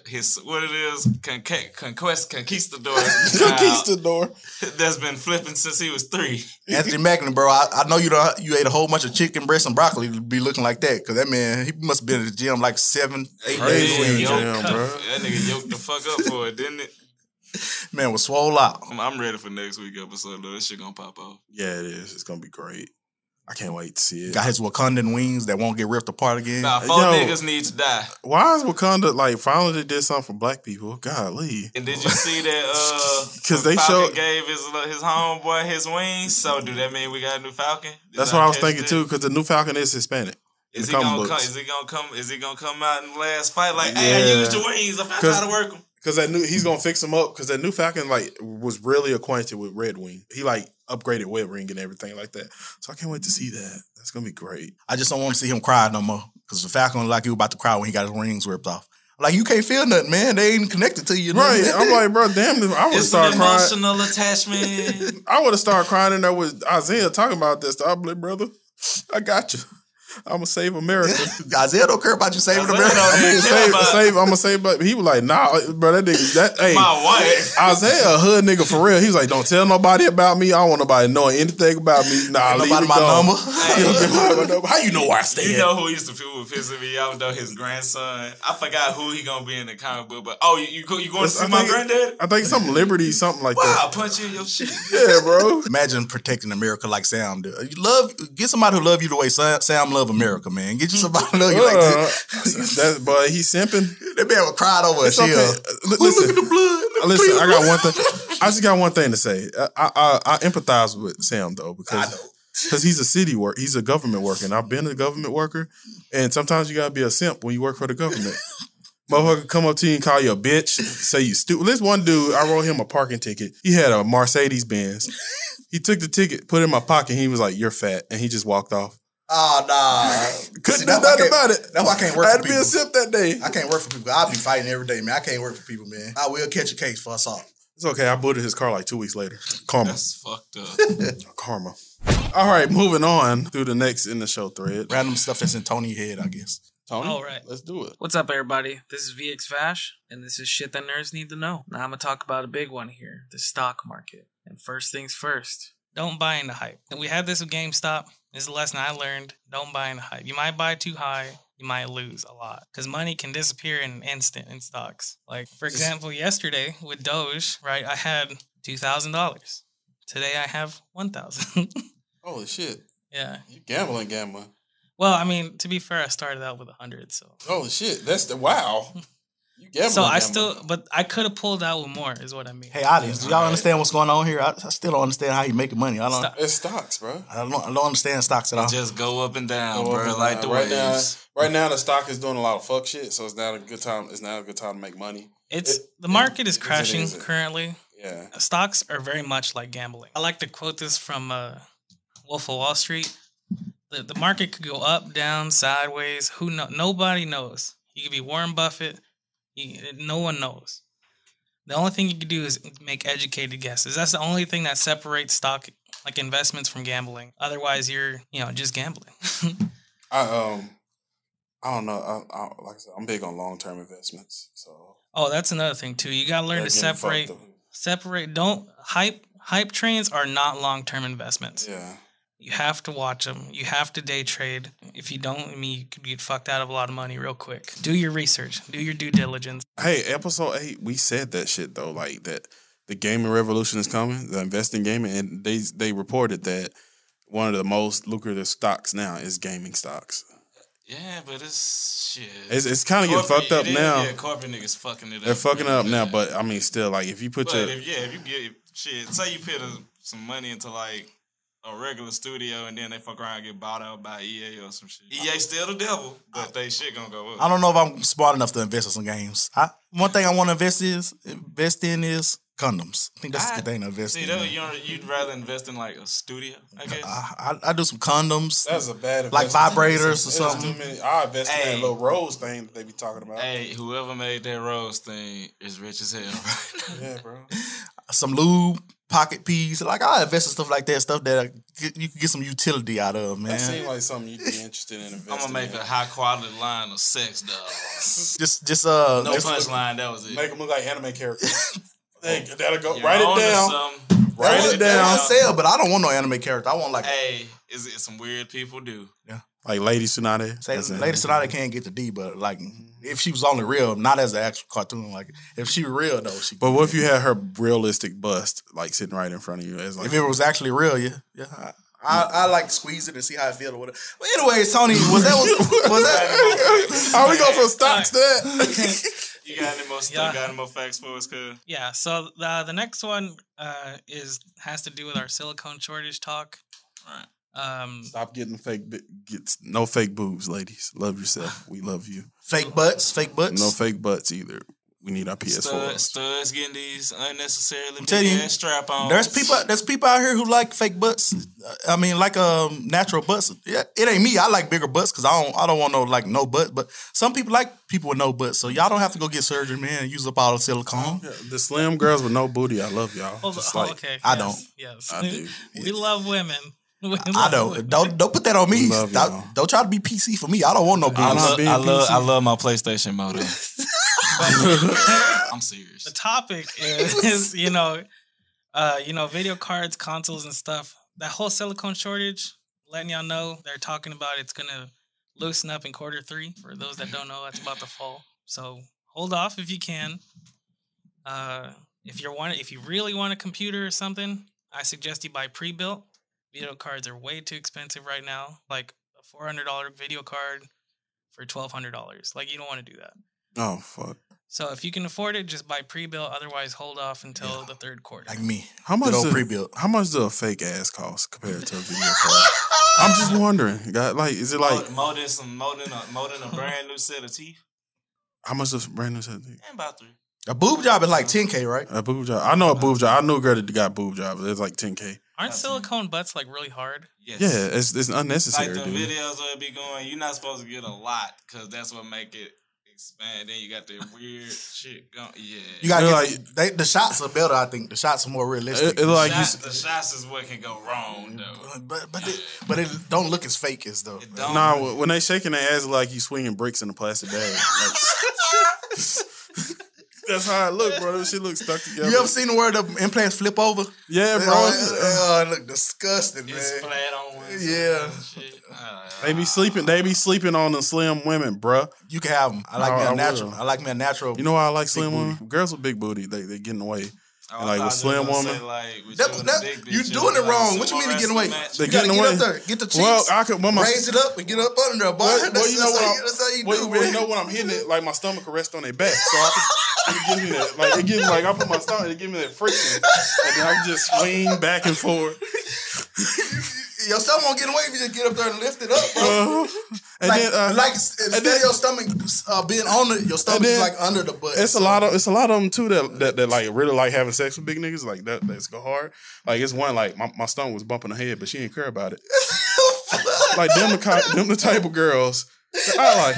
Speaker 4: His what it is conca- conquest conquistador child
Speaker 3: Conquistador.
Speaker 4: that's been flipping since he was three.
Speaker 6: Anthony Macklin, bro, I, I know you don't, you ate a whole bunch of chicken breast and broccoli to be looking like that. Because that man, he must have been at the gym like seven, eight days a
Speaker 4: Crazy
Speaker 6: week.
Speaker 4: yoked- That nigga yoked the fuck up for it, didn't it?
Speaker 6: Man was swole out.
Speaker 4: I'm, I'm ready for next week episode though. That shit gonna pop off.
Speaker 3: yeah, it is. It's gonna be great. I can't wait to see it.
Speaker 6: Got his Wakandan wings that won't get ripped apart again.
Speaker 4: Nah, four niggas need to die.
Speaker 3: Why is Wakanda like finally they did something for black people? Golly.
Speaker 4: And did you see that? Uh,
Speaker 3: 'Cause
Speaker 4: the
Speaker 3: they
Speaker 4: Falcon
Speaker 3: showed-
Speaker 4: gave his his homeboy his wings. So do that mean we got a new Falcon? Did
Speaker 3: That's what I was
Speaker 4: catch
Speaker 3: thinking
Speaker 4: that?
Speaker 3: too, because the new Falcon is Hispanic. in
Speaker 4: Is
Speaker 3: the
Speaker 4: he
Speaker 3: comic
Speaker 4: gonna come?
Speaker 3: books.
Speaker 4: Is he gonna come? Is he gonna come out in the last fight like, hey, I
Speaker 3: Yeah.
Speaker 4: used your wings. I found out
Speaker 3: 'Cause-
Speaker 4: how to work them.
Speaker 3: Cause that new he's gonna fix him up. Cause that new Falcon like was really acquainted with Red Wing. He like upgraded Red Wing and everything like that. So I can't wait to see that. That's gonna be great.
Speaker 6: I just don't want to see him cry no more. Because the Falcon looked like he was about to cry when he got his rings ripped off. Like you can't feel nothing, man. They ain't connected to you.
Speaker 3: Right. I'm like, bro, damn, I would have
Speaker 4: It's an
Speaker 3: started crying.
Speaker 4: emotional attachment.
Speaker 3: I would have started crying in there with Isaiah talking about this. I'm like, brother, I got you. I'm gonna save America.
Speaker 6: Isaiah don't care about you saving America.
Speaker 3: I mean, save, save, I'm gonna save, but he was like, nah, bro, that nigga, that, hey,
Speaker 4: My wife.
Speaker 3: Isaiah, a hood nigga for real. He was like, don't tell nobody about me. I don't want nobody knowing anything about me. Nah, leave
Speaker 6: nobody
Speaker 3: it
Speaker 6: my
Speaker 3: alone.
Speaker 6: number.
Speaker 3: How you know where I stay
Speaker 4: You
Speaker 3: at?
Speaker 4: know who used to people pissing me off though? His grandson. I forgot who he gonna be in the comic book, but oh, you you, go- you going to see
Speaker 3: I
Speaker 4: my
Speaker 3: think-
Speaker 4: granddad?
Speaker 3: I think something Liberty, something like
Speaker 4: Wow,
Speaker 3: that.
Speaker 4: I'll punch you in your shit.
Speaker 3: Yeah, bro.
Speaker 6: Imagine protecting America like Sam did. You love get somebody who love you the way Sam, Sam love America, man. Get you somebody who love you like
Speaker 3: Uh,
Speaker 6: that.
Speaker 3: that, but he's simping.
Speaker 6: That man would cried over a
Speaker 3: It's okay.
Speaker 6: hill.
Speaker 3: L- listen, look at the blood. Listen, I got one thing. I just got one thing to say. I I, I, I empathize with Sam though because because he's a city work. He's a government worker, and I've been a government worker. And sometimes you gotta be a simp when you work for the government. Motherfucker come up to you and call you a bitch, say you stupid. This one dude, I wrote him a parking ticket. He had a Mercedes Benz. He took the ticket, put it in my pocket. He was like, "You're fat," and he just walked off.
Speaker 6: Oh nah.
Speaker 3: Couldn't do
Speaker 6: See, that's why I
Speaker 3: nothing
Speaker 6: can't-
Speaker 3: about it.
Speaker 6: That's why I can't work
Speaker 3: I had to
Speaker 6: for
Speaker 3: be
Speaker 6: people.
Speaker 3: a simp that day.
Speaker 6: I can't work for people. I'll be fighting every day, man. I can't work for people, man. I will catch a case for assault.
Speaker 3: It's okay. I booted his car like two weeks later. Karma.
Speaker 4: That's fucked up.
Speaker 3: Karma. All right, moving on through the next in the show thread.
Speaker 6: Random stuff that's in Tony's head, I guess.
Speaker 3: Tony?
Speaker 5: All right.
Speaker 3: Let's do it.
Speaker 5: What's up, everybody? This is VX Vash, and this is shit that nerds need to know. Now, I'm going to talk about a big one here the stock market. And first things first, don't buy into hype. And we had this with GameStop. This is a lesson I learned. Don't buy into hype. You might buy too high, you might lose a lot because money can disappear in an instant in stocks. Like, for
Speaker 8: Just-
Speaker 5: example, yesterday with Doge, right? I had $2,000. Today I have 1000
Speaker 3: Holy shit.
Speaker 5: Yeah.
Speaker 3: You gambling, gambling.
Speaker 5: Well, I mean, to be fair, I started out with 100 so.
Speaker 3: Holy shit. That's the wow. You gambling.
Speaker 5: so
Speaker 3: gambling.
Speaker 5: I still, but I could have pulled out with more, is what I mean.
Speaker 6: Hey, audience, do y'all understand what's going on here? I, I still don't understand how you making money. I don't.
Speaker 3: It's stocks, bro.
Speaker 6: I don't, I don't understand stocks at all.
Speaker 4: Just go up and down,
Speaker 3: Go up
Speaker 4: bro.
Speaker 3: and down.
Speaker 4: like the
Speaker 3: right
Speaker 4: waves.
Speaker 3: now, right now the stock is doing a lot of fuck shit, so it's not a good time. It's not a good time to make money.
Speaker 5: It's the market is
Speaker 3: it is,
Speaker 5: crashing
Speaker 3: is it?
Speaker 5: currently.
Speaker 3: Yeah.
Speaker 5: Stocks are very much like gambling. I like to quote this from uh, Wolf of Wall Street. The, the market could go up, down, sideways. Who know? Nobody knows. You could be Warren Buffett. You, no one knows. The only thing you can do is make educated guesses. That's the only thing that separates stock like investments from gambling. Otherwise, you're you know just gambling.
Speaker 3: I um, I don't know. I, I like I said, I'm big on long term investments. So
Speaker 5: Oh, that's another thing too. You gotta learn
Speaker 3: They're
Speaker 5: to
Speaker 3: getting fucked
Speaker 5: separate.
Speaker 3: up.
Speaker 5: Separate. Don't hype. Hype trains are not long term investments.
Speaker 3: Yeah.
Speaker 5: You have to watch them. You have to day trade. If you don't, I mean, you could get fucked out of a lot of money real quick. Do your research. Do your due diligence.
Speaker 3: hey, episode eight, we said that shit though, like that the gaming revolution is coming, the investing gaming, and they they reported that one of the most lucrative stocks now is gaming stocks.
Speaker 4: Yeah, but it's shit.
Speaker 3: It's- it's kinda getting
Speaker 4: Corporate-
Speaker 3: fucked up
Speaker 4: it is,
Speaker 3: now.
Speaker 4: Yeah, corporate niggas fucking it up.
Speaker 3: They're fucking
Speaker 4: bro.
Speaker 3: up now, but I mean, still, like if you put
Speaker 4: But
Speaker 3: your
Speaker 4: if, yeah, if you get shit, say you put a, some money into like a regular studio, and then they fuck around and get bought out by EA or some shit.
Speaker 3: E
Speaker 4: EA still the devil, but they shit gonna go up.
Speaker 6: I don't know if I'm smart enough to invest in some games. I, one thing I want to invest is invest in is condoms. I think that's a good thing to invest
Speaker 4: See,
Speaker 6: in.
Speaker 4: though, you don't- you'd rather invest in like a studio, I guess.
Speaker 6: I, I do some condoms.
Speaker 3: That's a bad
Speaker 6: like
Speaker 3: investment.
Speaker 6: vibrators or
Speaker 3: There's
Speaker 6: something.
Speaker 3: Too many, I invest in
Speaker 4: Hey.
Speaker 3: that little rose thing that they be talking about.
Speaker 4: Hey, whoever made that rose thing is rich as hell. right
Speaker 3: Yeah, bro.
Speaker 6: some lube, pocket peas. Like I invest in stuff like that, stuff that I get, you can get some utility out of,
Speaker 3: That seems
Speaker 6: man.
Speaker 3: like something you'd be interested in investing.
Speaker 4: I'm gonna make
Speaker 3: in.
Speaker 4: a high quality line of sex dolls.
Speaker 6: Just, just uh,
Speaker 4: no
Speaker 6: just-
Speaker 4: punchline. That was it.
Speaker 3: Make them look like anime characters. Thank you. That'll go.
Speaker 4: You're
Speaker 3: write it
Speaker 4: onto
Speaker 3: down.
Speaker 4: something.
Speaker 6: That
Speaker 3: Write
Speaker 6: was-
Speaker 3: it
Speaker 6: that
Speaker 3: down.
Speaker 6: was sale, but I don't want no anime character. I want like
Speaker 4: Hey, is it some weird people do?
Speaker 3: Like Lady Tsunade.
Speaker 6: say,
Speaker 3: That's it.
Speaker 6: Lady Sonata can't get the D, but like if she was only real, not as an actual cartoon. Like if she real though, she.
Speaker 3: But what if you had her realistic bust like sitting right in front of you? It's like
Speaker 6: If it was actually real, yeah, yeah. I, I, I like squeeze it and see how it feels or whatever. But anyways, Tony, was that was, was that?
Speaker 3: How we go from stocks to that?
Speaker 4: You got any more stuff? Got any more facts for us, cuz?
Speaker 5: Yeah. So the the next one uh, is has to do with our silicone shortage talk.
Speaker 4: Right. Um.
Speaker 3: Stop getting fake. bi- Get no fake boobs, ladies. Love yourself. We love you.
Speaker 6: Fake butts. Fake butts.
Speaker 3: No fake butts either. We need our PS4.
Speaker 4: Studs, studs getting these unnecessarily
Speaker 6: I'm
Speaker 4: big
Speaker 6: telling you,
Speaker 4: ass strap on.
Speaker 6: There's people. There's people out here who like fake butts. I mean, like um natural butts. Yeah, it ain't me. I like bigger butts because I don't. I don't want no like no butt. But some people like people with no butt. So y'all don't have to go get surgery, man. and Use up all the silicone.
Speaker 3: The slim girls with no booty. I love y'all.
Speaker 5: Oh,
Speaker 3: Just
Speaker 5: oh,
Speaker 3: like
Speaker 5: okay.
Speaker 6: I
Speaker 5: yes,
Speaker 6: don't.
Speaker 5: Yes.
Speaker 3: I do.
Speaker 5: we love women.
Speaker 6: I know. Don't don't put that on me.
Speaker 4: Love y'all.
Speaker 6: Don't, don't try to be PC for me. I don't want no
Speaker 4: I
Speaker 6: games.
Speaker 4: love, I love, I love my PlayStation mode. I'm serious.
Speaker 5: The topic is, you know, uh, you know, video cards, consoles, and stuff. That whole silicone shortage, letting y'all know they're talking about it's gonna loosen up in quarter three. For those that don't know, that's about to fall. So hold off if you can. Uh, if you're want, if you really want a computer or something, I suggest you buy pre-built. Video cards are way too expensive right now. Like a four hundred dollar video card for twelve hundred dollars. Like you don't want to do that.
Speaker 6: Oh fuck.
Speaker 5: So if you can afford it, just buy pre-built. Otherwise, hold off until the third quarter.
Speaker 6: Like me.
Speaker 3: How much
Speaker 6: Good old
Speaker 3: do-
Speaker 6: pre-built?
Speaker 3: How much do a fake ass cost compared to a video card? I'm just wondering. God, like, is it
Speaker 6: Uh,
Speaker 3: like
Speaker 4: molding some molding a, molding a brand new set of teeth?
Speaker 3: how much does Brandon said?
Speaker 4: And about three.
Speaker 6: A boob job is like 10k, right?
Speaker 3: A boob job. I know a boob job. I know a girl that got boob job. It's like 10k.
Speaker 5: Aren't silicone butts like really hard?
Speaker 3: Yeah, it's it's unnecessary,
Speaker 4: Like the
Speaker 3: dude.
Speaker 4: videos will be going. You're not supposed to get a lot because that's what make it expand. Then you got the weird shit going. Yeah,
Speaker 6: You gotta
Speaker 4: Like,
Speaker 6: get, they, the shots are better. I think the shots are more realistic.
Speaker 4: the shots- the shots is what can go wrong though.
Speaker 6: But but it, but it don't look as fake as uh, though.
Speaker 3: No, nah, when they shaking their ass, it's like you swinging bricks in a plastic bag. Like, that's how it look, bro. This shit looks stuck together.
Speaker 6: You ever seen the word of implants flip over?
Speaker 3: Yeah,
Speaker 6: They
Speaker 3: bro.
Speaker 6: always- they always look disgusting, man. Yeah.
Speaker 3: They be sleeping. They be sleeping on the slim women, bruh.
Speaker 6: You can have them. I like me a natural. I like me a natural.
Speaker 3: You know why I like slim
Speaker 6: big
Speaker 3: women? Girls with big booty, they they getting away. And, like
Speaker 4: Oh, I
Speaker 3: with
Speaker 4: was just
Speaker 3: slim
Speaker 4: gonna
Speaker 3: woman,
Speaker 4: say, like, with
Speaker 6: That-
Speaker 4: your
Speaker 6: that-
Speaker 4: big
Speaker 6: you
Speaker 4: bitches,
Speaker 6: doing it
Speaker 4: like,
Speaker 6: wrong.
Speaker 4: sumo
Speaker 6: What you mean to get
Speaker 4: wrestling
Speaker 6: away?
Speaker 4: match.
Speaker 3: They
Speaker 6: You gotta
Speaker 3: getting
Speaker 6: get
Speaker 3: away.
Speaker 6: up there, get the cheeks,
Speaker 3: Well, I could. Well, my,
Speaker 6: raise it up and get up under there, boy.
Speaker 3: Well, well,
Speaker 6: That's-
Speaker 3: you know
Speaker 6: that's
Speaker 3: what?
Speaker 6: how
Speaker 3: I'm-
Speaker 6: you- that's how you
Speaker 3: well,
Speaker 6: do,
Speaker 3: well, you
Speaker 6: man.
Speaker 3: know when I'm hitting it, like my stomach will rest on their back, so I can, it gives me that. Like it gives, like I put my stomach, it gives me that friction, and then I can just swing back and forth.
Speaker 6: Your stomach won't get away if you just get up there and lift it up, bro.
Speaker 3: and
Speaker 6: like,
Speaker 3: then, uh,
Speaker 6: like instead of your stomach uh, being on it, your stomach is
Speaker 3: then-
Speaker 6: like under the butt.
Speaker 3: It's a lot of it's a lot of them too that, that that like really like having sex with big niggas like that that's go hard. Like it's one like my, my stomach was bumping her head, but she didn't care about it. like them the ki- them the type of girls that I like.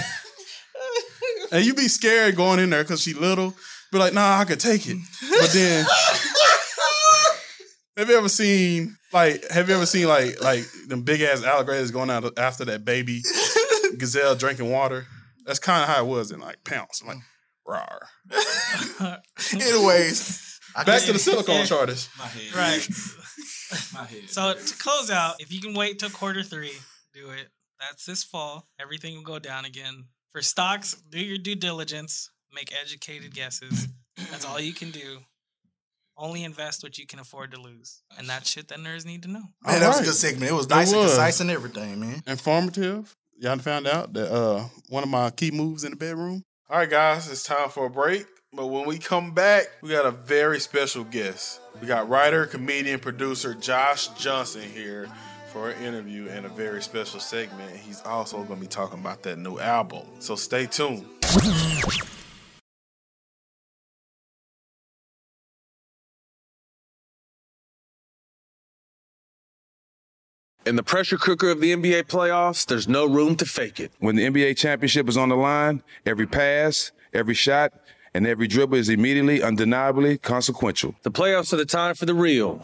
Speaker 3: And you be scared going in there because she little. Be like, nah, I could take it. But then, have you ever seen like have you ever seen like like them big ass alligators going out after that baby gazelle drinking water? That's kind of how it was in like pounce. I'm like, rawr.
Speaker 6: Anyways,
Speaker 3: back to the silicone shortage.
Speaker 5: Right. So to close out, if you can wait till quarter three, do it. That's this fall. Everything will go down again. For stocks, do your due diligence. Make educated guesses. That's all you can do. Only invest what you can afford to lose. And that's shit that nerds need to know.
Speaker 6: Man, that was a good segment. It was nice and
Speaker 3: was.
Speaker 6: concise and everything, man.
Speaker 3: Informative. Y'all found out that uh one of my key moves in the bedroom. All right, guys, it's time for a break. But when we come back, we got a very special guest. We got writer, comedian, producer Josh Johnson here for an interview and a very special segment. He's also going to be talking about that new album. So stay tuned.
Speaker 9: In the pressure cooker of the NBA playoffs, there's no room to fake it.
Speaker 10: When the NBA championship is on the line, every pass, every shot, and every dribble is immediately, undeniably consequential.
Speaker 9: The playoffs are the time for the real.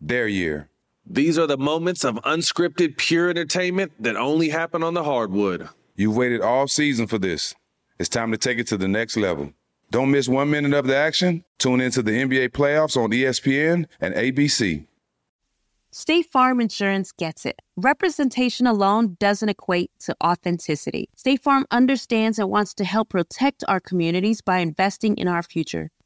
Speaker 10: their year?
Speaker 9: These are the moments of unscripted, pure entertainment that only happen on the hardwood.
Speaker 10: You've waited all season for this. It's time to take it to the next level. Don't miss one minute of the action. Tune into the NBA playoffs on E ESPN and ABC.
Speaker 11: State Farm Insurance gets it. Representation alone doesn't equate to authenticity. State Farm understands and wants to help protect our communities by investing in our future,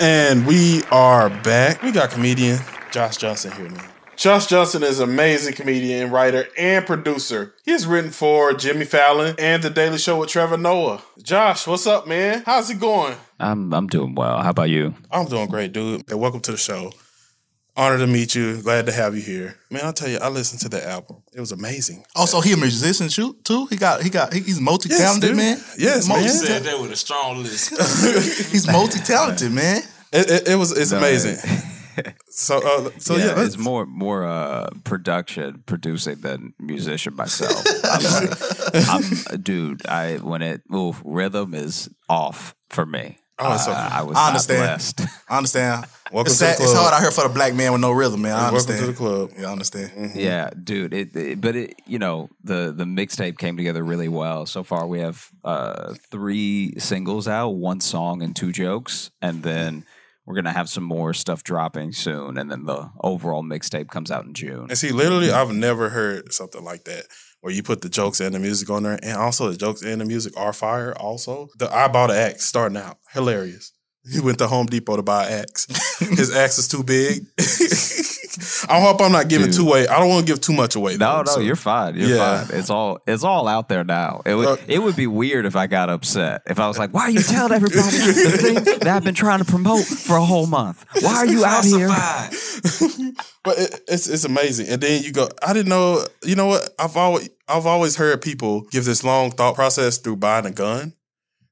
Speaker 3: And we are back. We got comedian Josh Johnson here, man. Josh Johnson is an amazing comedian, writer, and producer. He has written for Jimmy Fallon and The Daily Show with Trevor Noah. Josh, what's up, man? How's it going?
Speaker 7: I'm I'm doing well. How about you?
Speaker 3: I'm doing great, dude. And welcome to the show. Honor to meet you. Glad to have you here. Man, I'll tell you, I listened to the album. It was amazing.
Speaker 6: Also, Oh, he a musician shoot too. He got he got he, he's multi talented
Speaker 3: dude.
Speaker 6: man.
Speaker 3: Yes,
Speaker 6: he's
Speaker 3: man.
Speaker 4: You
Speaker 6: multi-
Speaker 4: said that with a strong list.
Speaker 3: Oh,
Speaker 6: he's multi talented man.
Speaker 3: It, it, it was it's
Speaker 7: No,
Speaker 3: amazing. so uh, so yeah, let's-
Speaker 7: it's more more uh, production producing than musician myself. I'm like, I'm, dude, I when it ooh, rhythm is off for me.
Speaker 6: Oh, it's
Speaker 7: Uh,
Speaker 6: okay.
Speaker 7: I was
Speaker 6: I
Speaker 7: not
Speaker 6: understand.
Speaker 7: blessed.
Speaker 6: I understand.
Speaker 7: Welcome
Speaker 6: it's,
Speaker 7: to the
Speaker 6: sad- it's
Speaker 7: club.
Speaker 6: hard out here for the black man with no rhythm, man. I
Speaker 7: Welcome to
Speaker 6: understand.
Speaker 7: the Mm-hmm.
Speaker 3: club.
Speaker 6: Yeah, I understand.
Speaker 3: Mm-hmm.
Speaker 7: Yeah, dude. It, it- but it, you know, the the mixtape came together really well. So far, we have uh, three singles out, one song and two jokes, and then we're gonna have some more stuff dropping soon. And then the overall mixtape comes out in June.
Speaker 3: And see, literally, I've never heard something like that where you put the jokes and the music on there, and also the jokes and the music are fire. Also, the I bought an axe starting out, hilarious. He went to Home Depot to buy an axe. His axe is too big. I hope I'm not giving
Speaker 7: Dude.
Speaker 3: too away. I don't want to give too much away.
Speaker 7: No,
Speaker 3: though,
Speaker 7: no,
Speaker 3: so-
Speaker 7: you're fine. You're
Speaker 3: Yeah. Uh,
Speaker 7: fine. It's all it's all out there now. It would it would be weird if I got upset if I was like, "Why are you telling everybody the thing that I've been trying to promote for a whole month? Why are you out here?"
Speaker 3: but it, it's it's amazing. And then you go, I didn't know. You know what? I've always I've always heard people give this long thought process through buying a gun.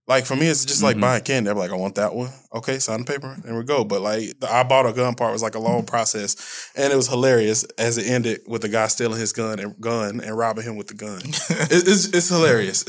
Speaker 3: Like for me, it's just like
Speaker 7: Mm-hmm.
Speaker 2: Mhm.
Speaker 3: buying candy. I'm like, I want that one. Okay, sign the paper, and we go. But like, the I bought a gun part was like a long process, and it was hilarious as it ended with the guy stealing his gun and gun and robbing him with the gun. It- it's it's hilarious.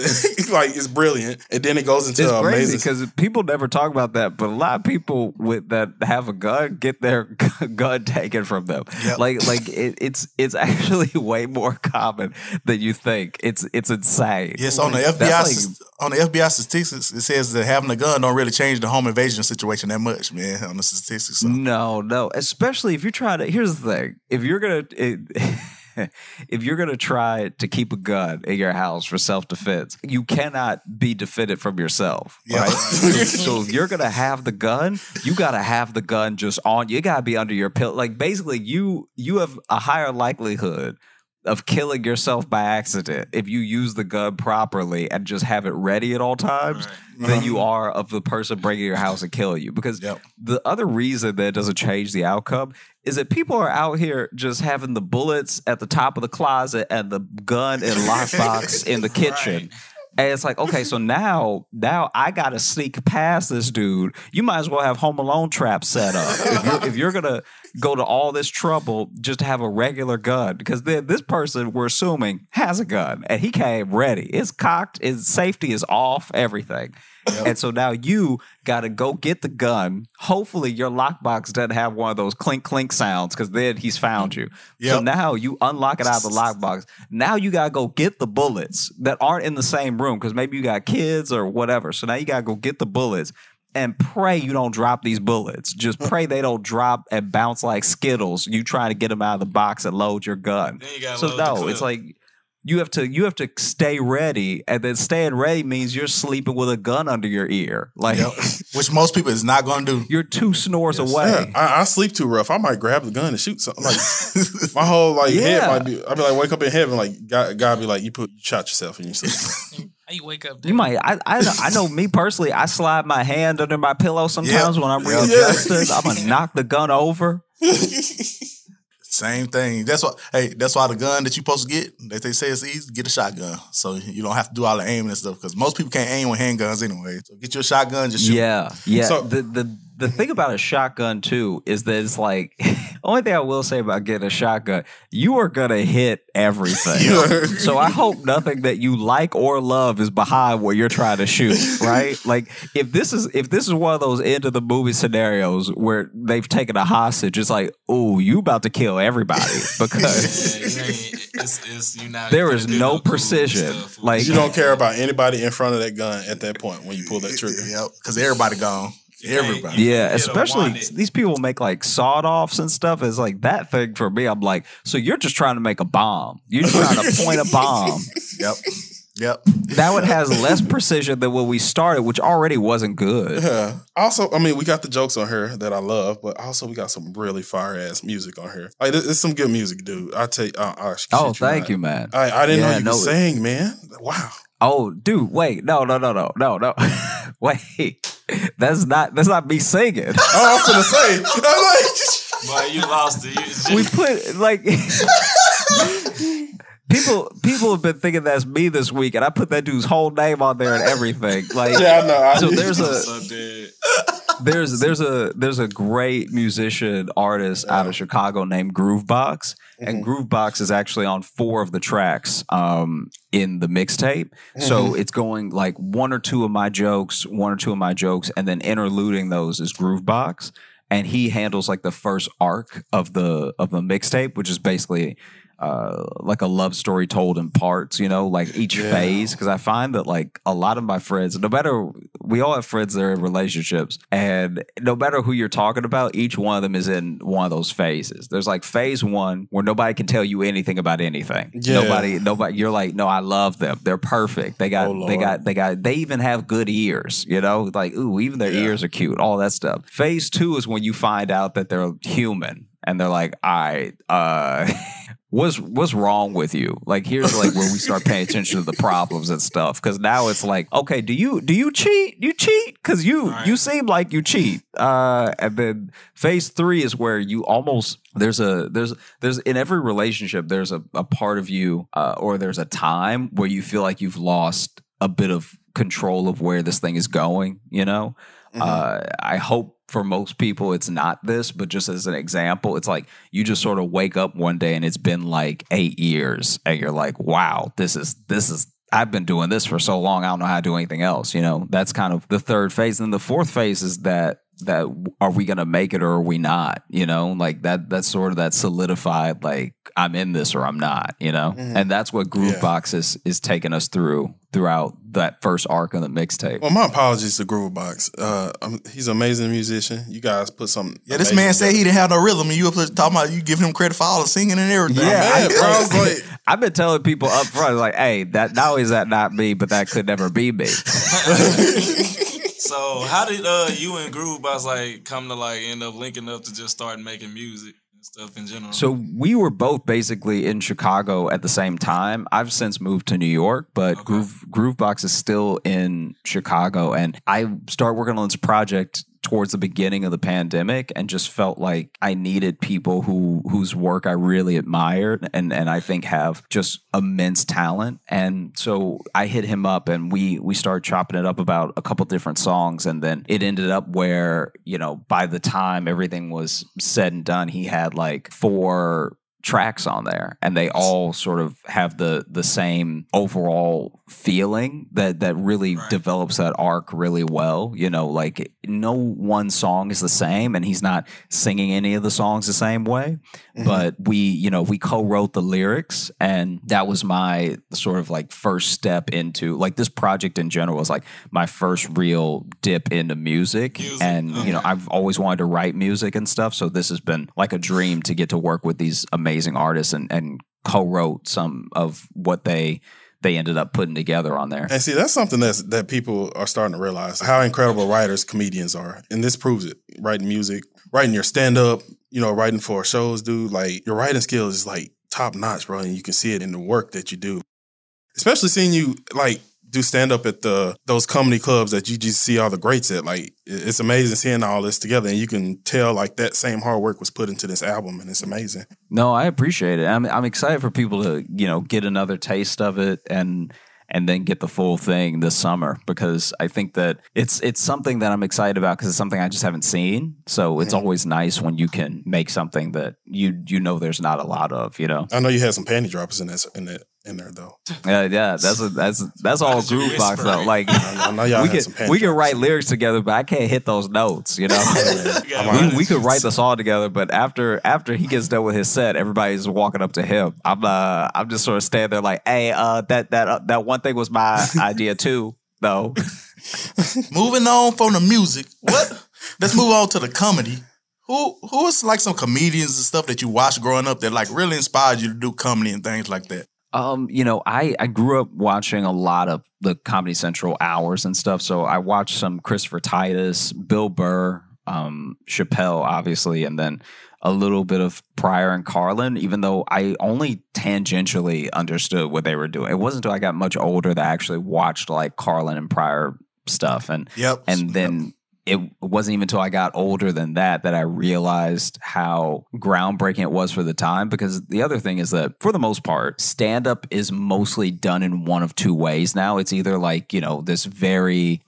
Speaker 3: like it's brilliant, and then it goes into
Speaker 7: It's
Speaker 3: an
Speaker 7: crazy
Speaker 3: amazing.
Speaker 7: because people never talk about that, but a lot of people with that have a gun get their gun taken from them. Like, like it, it's it's actually way more common than you think. It's it's insane.
Speaker 6: Yes, on the
Speaker 7: That's
Speaker 6: FBI
Speaker 7: like-
Speaker 6: st- on the FBI statistics, it says that having a gun don't really change the home invasion situation that much, man. On the statistics, so.
Speaker 7: No, no. Especially if you're trying to. Here's the thing: if you're gonna, it- if you're gonna try to keep a gun in your house for self defense, you cannot be defended from yourself. Right. so if you're gonna have the gun, you gotta have the gun just on. You gotta be under your pillow. Like basically, you you have a higher likelihood. Of killing yourself by accident if you use the gun properly and just have it ready at all times, than you are of the person breaking your house and killing you. Because the other reason that it doesn't change the outcome is that people are out here just having the bullets at the top of the closet and the gun and lockbox in the kitchen. And it's like, okay, so now, now I gotta sneak past this dude. You might as well have Home Alone trap set up if you're, if you're gonna go to all this trouble just to have a regular gun. Because then this person we're assuming has a gun and he came ready. It's cocked. His safety is off. Everything. And so now you got to go get the gun. Hopefully, your lockbox doesn't have one of those clink clink sounds because then he's found you. So
Speaker 6: Yep.
Speaker 7: now you unlock it out of the lockbox. Now you got to go get the bullets that aren't in the same room because maybe you got kids or whatever. So now you got to go get the bullets and pray you don't drop these bullets. Just pray they don't drop and bounce like Skittles. You trying to get them out of the box and load your gun. so no, it's like you have to you have to stay ready, and then staying ready means you're sleeping with a gun under your ear, like
Speaker 6: which most people is not going to do.
Speaker 7: You're two snores away.
Speaker 3: Yeah, I, I sleep too rough. I might grab the gun and shoot something. Like my whole like head
Speaker 7: Yeah.
Speaker 3: might be. I'd be like wake up in heaven. Like God, God be like you put you shot yourself in your sleep.
Speaker 5: How you wake up?
Speaker 7: You might. I I know, I know me personally. I slide my hand under my pillow sometimes when I'm real justice. I'm gonna knock the gun over.
Speaker 6: Same thing. That's why. Hey, that's why the gun that you supposed to get, that they say it's easy, get a shotgun. So you don't have to do all the aiming and stuff because most people can't aim with handguns anyway. So get your shotgun, just shoot.
Speaker 7: Yeah, yeah.
Speaker 6: So-
Speaker 7: the the the thing about a shotgun too is that it's like only thing I will say about getting a shotgun, you are gonna hit everything. so I hope nothing that you like or love is behind where you're trying to shoot. Right? Like if this is if this is one of those end of the movie scenarios where they've taken a hostage, it's like, oh, you about to kill everybody because
Speaker 4: It's, it's, you not
Speaker 7: there is no precision. Like
Speaker 3: you don't care about anybody in front of that gun at that point when you pull that trigger.
Speaker 6: Yep, because everybody gone.
Speaker 3: Everybody.
Speaker 7: Yeah, especially these people make like sawed offs and stuff. It's like that thing for me. I'm like, so you're just trying to make a bomb. You're trying to point a bomb.
Speaker 6: Yep. Yep.
Speaker 7: Now it has less precision than when we started, which already wasn't good.
Speaker 3: Yeah. Also, I mean, we got the jokes on her that I love, but also we got some really fire ass music on her. Like, there's some good music, dude. I take. Uh, I shit
Speaker 7: Oh, thank
Speaker 3: not.
Speaker 7: you, man.
Speaker 3: I, I didn't
Speaker 7: Yeah,
Speaker 3: know you
Speaker 7: no,
Speaker 3: could sing, man. Wow.
Speaker 7: Oh, dude, wait, no, no, no, no, no, no. wait. That's not that's not me singing.
Speaker 3: Oh, I was gonna say. I
Speaker 4: Boy, you lost it. You,
Speaker 7: we put like people people have been thinking that's me this week, and I put that dudede's whole name on there and everything. Like,
Speaker 3: Yeah, I know. I-
Speaker 7: so there's
Speaker 4: So
Speaker 7: a
Speaker 4: dead.
Speaker 7: there's there's a there's a great musician artist out of Chicago named Groovebox, and Groovebox is actually on four of the tracks um, in the mixtape. So
Speaker 12: Mhm.
Speaker 7: it's going like one or two of my jokes, one or two of my jokes, and then interluding those is Groovebox, and he handles like the first arc of the of the mixtape, which is basically. Uh, like a love story told in parts, you know, like each phase. Because I find that like a lot of my friends, no matter we all have friends that are in relationships, and no matter who you're talking about, each one of them is in one of those phases. There's like phase one where nobody can tell you anything about anything.
Speaker 12: Yeah.
Speaker 7: Nobody, nobody. You're like, no, I love them. They're perfect. They got, they got, they got. They even have good ears. You know, like ooh, even their ears are cute. All that stuff. Phase two is when you find out that they're human, and they're like, I, uh. what's what's wrong with you? Like here's like where we start paying attention to the problems and stuff. Cause now it's like, okay, do you do you cheat? You cheat? Cause you you seem like you cheat. Uh and then phase three is where you almost there's a there's there's in every relationship there's a, a part of you uh, or there's a time where you feel like you've lost a bit of control of where this thing is going, you know? Uh, I hope for most people it's not this, but just as an example, it's like you just sort of wake up one day and it's been like eight years, and you're like, wow, this is this is. I've been doing this for so long. I don't know how to do anything else. You know, that's kind of the third phase. And then the fourth phase is that that are we going to make it or are we not? You know, like that that's sort of that solidified like I'm in this or I'm not. You know,
Speaker 3: Mhm.
Speaker 7: and that's what Groovebox is is taking us through throughout that first arc of the mixtape.
Speaker 3: Well, my apologies to Groovebox. Uh, um, he's an amazing musician. You guys put some.
Speaker 6: Yeah, this man said he didn't have no rhythm, and you up there talking about you giving him credit for all the singing and everything.
Speaker 7: Yeah,
Speaker 6: Man, bro, I was like,
Speaker 7: I've been telling people up front, like, hey, that not only is that not me, but that could never be me.
Speaker 4: so how did uh you and Groovebox like come to like end up linking up to just start making music and stuff in general?
Speaker 7: So we were both basically in Chicago at the same time. I've since moved to New York, but Groove Groovebox is still in Chicago, and I started working on this project towards the beginning of the pandemic and just felt like I needed people who whose work I really admired and and I think have just immense talent. And so I hit him up and we we started chopping it up about a couple different songs and then it ended up where, you know, by the time everything was said and done, he had like four tracks on there and they all sort of have the the same overall feeling that that really develops that arc really well you know like no one song is the same and he's not singing any of the songs the same way but we you know we co-wrote the lyrics and that was my sort of like first step into like this project in general was like my first real dip into music, and you know I've always wanted to write music and stuff so this has been like a dream to get to work with these amazing artists and and co-wrote some of what they they ended up putting together on there
Speaker 3: And see, that's something that's that people are starting to realize how incredible writers, comedians are, and this proves it. Writing music, writing your stand up, you know, writing for shows, dude. Like your writing skills is like top notch, bro, and you can see it in the work that you do. Especially seeing you like do stand up at the those comedy clubs that you just see all the greats at. Like it- it's amazing seeing all this together, and you can tell like that same hard work was put into this album, and it's amazing.
Speaker 7: No, I appreciate it. I'm I'm excited for people to you know get another taste of it and and then get the full thing this summer because I think that it's it's something that I'm excited about because it's something I just haven't seen. So it's always nice when you can make something that you you know there's not a lot of. You know.
Speaker 3: I know you had some panty droppers in that in that in there though.
Speaker 7: Yeah, yeah, that's a, that's that's all groove box though. Like
Speaker 3: know y'all
Speaker 7: we
Speaker 3: had some
Speaker 7: can
Speaker 3: pants
Speaker 7: we can write lyrics together, but I can't hit those notes. You know, we, we could write the song together, but after after he gets done with his set, everybody's walking up to him. I'm uh I'm just sort of standing there like, hey, uh that that uh, that one thing was my idea too, though.
Speaker 6: Moving on from the music, what? Let's move on to the comedy. Who who is like some comedians and stuff that you watched growing up that like really inspired you to do comedy and things like that?
Speaker 7: Um, you know, I I grew up watching a lot of the Comedy Central hours and stuff. So I watched some Christopher Titus, Bill Burr, um, Chappelle, obviously, and then a little bit of Pryor and Carlin. Even though I only tangentially understood what they were doing, it wasn't until I got much older that I actually watched like Carlin and Pryor stuff. And
Speaker 6: yep,
Speaker 7: and then it wasn't even until I got older than that that I realized how groundbreaking it was for the time. Because the other thing is that, for the most part, stand up is mostly done in one of two ways now. It's either like, you know, this very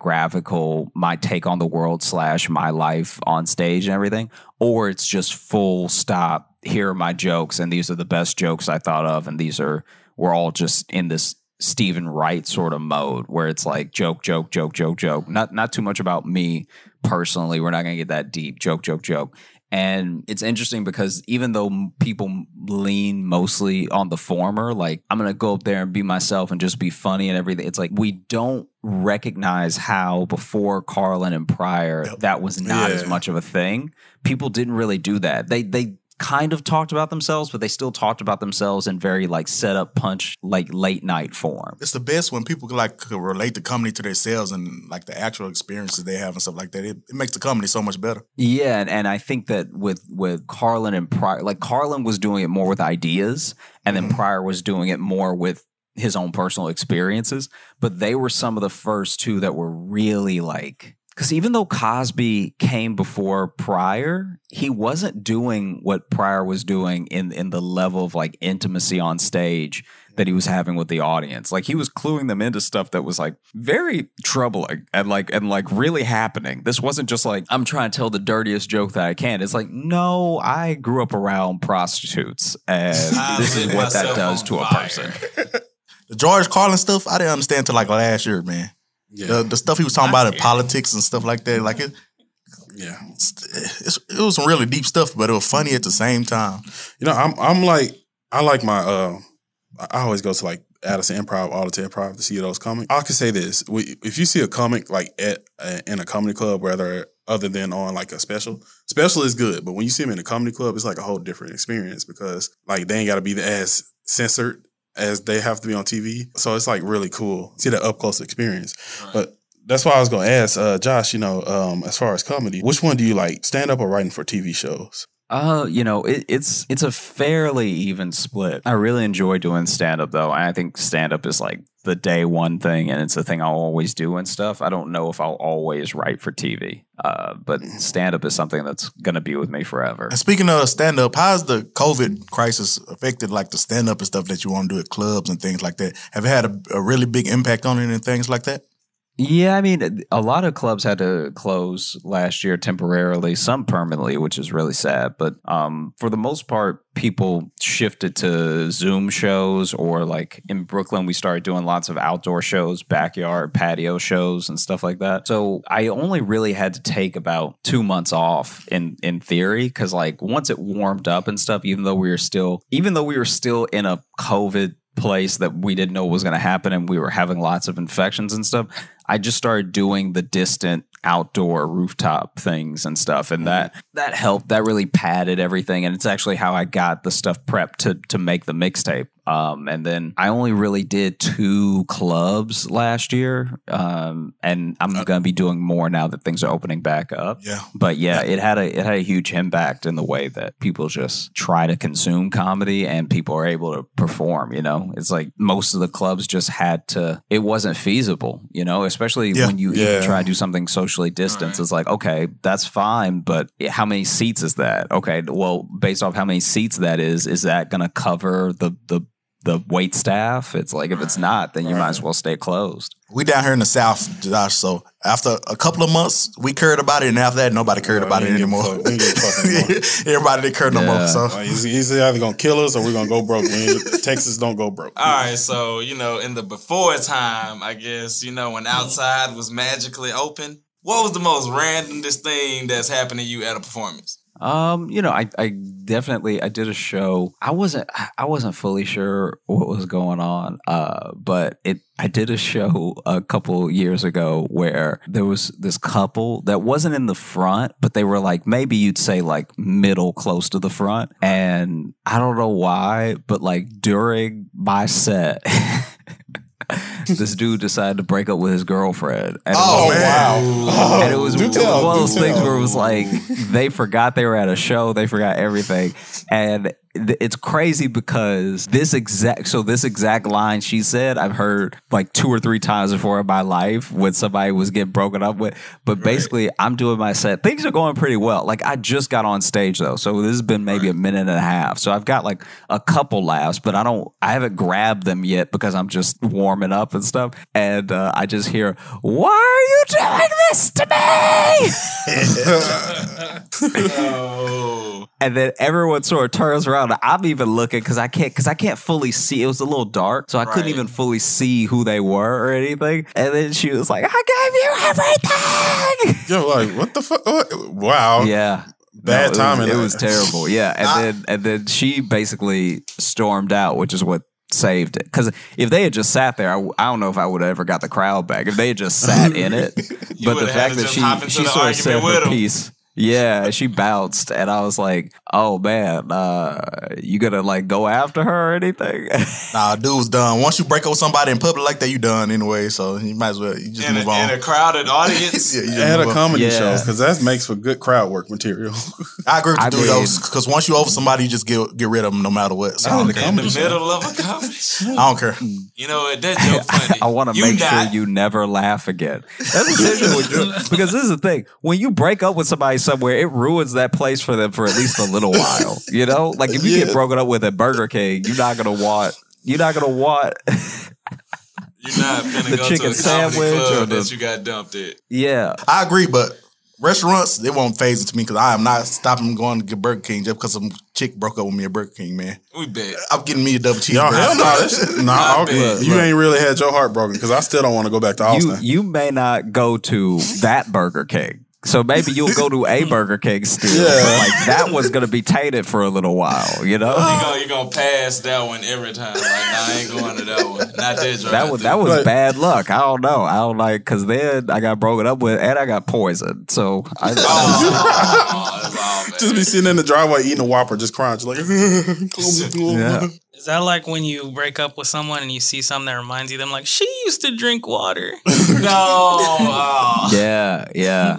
Speaker 7: autobiographical, my take on the world slash my life on stage and everything, or it's just full stop, here are my jokes, and these are the best jokes I thought of, and these are, we're all just in this Stephen Wright sort of mode where it's like joke, joke, joke, joke, joke. Not not too much about me personally. We're not gonna get that deep. Joke, joke, joke. And it's interesting because even though m- people lean mostly on the former, like I'm gonna go up there and be myself and just be funny and everything, it's like we don't recognize how before Carlin and Pryor that was not as
Speaker 6: Yeah.
Speaker 7: much of a thing. People didn't really do that. They they kind of talked about themselves, but they still talked about themselves in very like set up punch like late night form.
Speaker 6: It's the best when people like could relate the comedy to themselves and like the actual experiences they have and stuff like that. It, it makes the comedy so much better.
Speaker 7: Yeah, and, and I think that with with Carlin and Pryor, like Carlin was doing it more with ideas, and then Pryor was doing it more with his own personal experiences. But they were some of the first two that were really like because even though Cosby came before Pryor, he wasn't doing what Pryor was doing in in the level of like intimacy on stage that he was having with the audience. Like he was cluing them into stuff that was like very troubling and like and like really happening. This wasn't just like I'm trying to tell the dirtiest joke that I can. It's like no, I grew up around prostitutes and
Speaker 6: I
Speaker 7: this is
Speaker 6: lit
Speaker 7: what that
Speaker 6: myself
Speaker 7: does
Speaker 6: on
Speaker 7: to a
Speaker 6: fire.
Speaker 7: person.
Speaker 6: The George Carlin stuff, I didn't understand till like last year, man. The, the stuff he was talking about in politics and stuff like that, like it,
Speaker 3: Yeah.
Speaker 6: it's, it was some really deep stuff, but it was funny at the same time.
Speaker 3: You know, I'm I'm like I like my uh I I always go to like Addison Improv, Auditor Improv to see those comics. I could say this: we, if you see a comic like at uh, in a comedy club, rather other than on like a special, special is good. But when you see them in a comedy club, it's like a whole different experience because like they ain't got to be as censored as they have to be on TV. So it's like really cool see that up close experience. But that's why I was gonna ask uh, Josh. You know, um, as far as comedy, which one do you like, stand up or writing for TV shows?
Speaker 7: Uh, you know, it, it's it's a fairly even split. I really enjoy doing stand up though. and I think stand up is like the day one thing and it's the thing I'll always do and stuff. I don't know if I'll always write for TV. Uh, but stand up is something that's going to be with me forever.
Speaker 6: And speaking of stand up, how's the COVID crisis affected like the stand up and stuff that you want to do at clubs and things like that? Have it had a, a really big impact on it and things like that?
Speaker 7: Yeah, I mean, a lot of clubs had to close last year temporarily, some permanently, which is really sad. But um, for the most part, people shifted to Zoom shows, or like in Brooklyn, we started doing lots of outdoor shows, backyard, patio shows, and stuff like that. So I only really had to take about two months off in in theory, because like once it warmed up and stuff, even though we were still, even though we were still in a COVID place that we didn't know what was going to happen and we were having lots of infections and stuff i just started doing the distant outdoor rooftop things and stuff and that that helped that really padded everything and it's actually how i got the stuff prepped to to make the mixtape Um, and then I only really did two clubs last year, um, and I'm going to be doing more now that things are opening back up.
Speaker 6: Uh, Yeah.
Speaker 7: But yeah, it had a it had a huge impact in the way that people just try to consume comedy and people are able to perform. You know, it's like most of the clubs just had to. It wasn't feasible. You know, especially
Speaker 6: Yeah.
Speaker 7: when you
Speaker 6: Yeah.
Speaker 7: even try to do something socially distanced. It's like okay, that's fine, but how many seats is that? Okay, well, based off how many seats that is, is that going to cover the the the wait staff? It's like if it's not, then you might as well stay closed.
Speaker 6: We down here in the South, Josh. So after a couple of months, we cared about it, and after that, nobody cared about it anymore. Everybody didn't care no more. So
Speaker 3: Like, he's, he's either gonna kill us or we're gonna go broke. We ain't- Texas don't go broke.
Speaker 4: All right, so you know, in the before time, I guess you know
Speaker 7: Mm-hmm.
Speaker 4: when outside was magically open. What was the most randomest thing that's happened to you at a performance?
Speaker 7: Um, you know, I, I definitely I did a show. I wasn't I wasn't fully sure what was going on. Uh, but it I did a show a couple years ago where there was this couple that wasn't in the front, but they were like maybe you'd say like middle close to the front. And I don't know why, but like during my set this dude decided to break up with his girlfriend. And
Speaker 6: Oh,
Speaker 7: it was,
Speaker 6: wow. Oh,
Speaker 7: and it was
Speaker 6: do
Speaker 7: it was
Speaker 6: tell,
Speaker 7: one of
Speaker 6: do
Speaker 7: those things
Speaker 6: tell.
Speaker 7: where it was like they forgot they were at a show, they forgot everything, and th- it's crazy because this exact so this exact line she said I've heard like two or three times before in my life when somebody was getting broken up with. But basically, I'm doing my set. Things are going pretty well. Like I just got on stage though, so this has been maybe a minute and a half. So I've got like a couple laughs, but I don't I haven't grabbed them yet because I'm just warming up and stuff. And uh, I just hear why are you doing this to me? And then everyone sort of turns around. and I'm even looking because I can't because I can't fully see. It was a little dark, so I couldn't
Speaker 4: Right.
Speaker 7: even fully see who they were or anything. And then she was like, "I gave you everything."
Speaker 3: Yo, like what the fuck? Wow.
Speaker 7: Yeah.
Speaker 3: Bad
Speaker 7: No,
Speaker 3: timing.
Speaker 7: It was, it was terrible. Yeah, and then and then she basically stormed out, which is what saved it. Because if they had just sat there, I, w- I don't know if I would have ever got the crowd back. If they had just sat in it, but the
Speaker 4: would've had
Speaker 7: fact
Speaker 4: to
Speaker 7: that
Speaker 4: just
Speaker 7: she
Speaker 4: hop into
Speaker 7: she
Speaker 4: the
Speaker 7: sort of
Speaker 4: argument
Speaker 7: said
Speaker 4: with
Speaker 7: her
Speaker 4: 'em.
Speaker 7: piece. Yeah, she bounced, and I was like, "Oh man, uh, you gonna like go after her or anything?"
Speaker 6: nah, dude's done. Once you break up with somebody in public like that, you done anyway. So you might as well you just
Speaker 4: In a,
Speaker 6: move on.
Speaker 4: in a crowded audience?
Speaker 6: Yeah, you just
Speaker 3: At a
Speaker 6: move on.
Speaker 3: comedy
Speaker 6: Yeah.
Speaker 3: show because that makes for good crowd work material.
Speaker 6: I agree with you,
Speaker 3: I
Speaker 6: dude.
Speaker 3: mean-
Speaker 6: Because once you over somebody, you just get get rid of them no matter what. So I don't, care.
Speaker 4: in the middle of a comedy. show.
Speaker 6: I don't care.
Speaker 4: You know what? That joke funny.
Speaker 7: I want to
Speaker 4: You
Speaker 7: make
Speaker 4: not-
Speaker 7: sure you never laugh again. That's essentially what you because this is the thing. When you break up with somebody somewhere, it ruins that place for them for at least a little while. You know, like if you get broken up with at Burger King, you're not gonna want you're not gonna want
Speaker 4: You're not finna
Speaker 7: The
Speaker 4: go
Speaker 7: chicken
Speaker 4: to a comedy
Speaker 7: sandwich
Speaker 4: club
Speaker 7: or the-
Speaker 4: that you got dumped at.
Speaker 7: Yeah,
Speaker 6: I agree, but restaurants they won't phase it to me because I am not stopping going to get Burger King just because some chick broke up with me at Burger King, man.
Speaker 4: We bet.
Speaker 6: I'm getting me a double
Speaker 3: Y'all,
Speaker 6: cheeseburger.
Speaker 3: hell no. That's, nah,
Speaker 6: Not bad.
Speaker 3: okay. you ain't really had your heart broken because I still don't want to go back to
Speaker 7: you
Speaker 3: Austin.
Speaker 7: you may not go to that Burger King. So maybe you'll go to a Burger King still. but,
Speaker 3: Yeah.
Speaker 7: Like that was gonna be tainted for a little while, you know?
Speaker 3: Oh,
Speaker 4: You're gonna, you gonna pass that one every time. Like, nah, I ain't going to that one. Not that joke.
Speaker 7: That was that was bad luck. I don't know. I don't like because then I got broken up with and I got poisoned. So I,
Speaker 3: Oh, just be sitting in the driveway eating a Whopper, just crying, just like.
Speaker 7: Yeah.
Speaker 5: Is that like when you break up with someone and you see something that reminds you of them, like, she used to drink water?
Speaker 7: oh.
Speaker 4: no.
Speaker 7: yeah, yeah.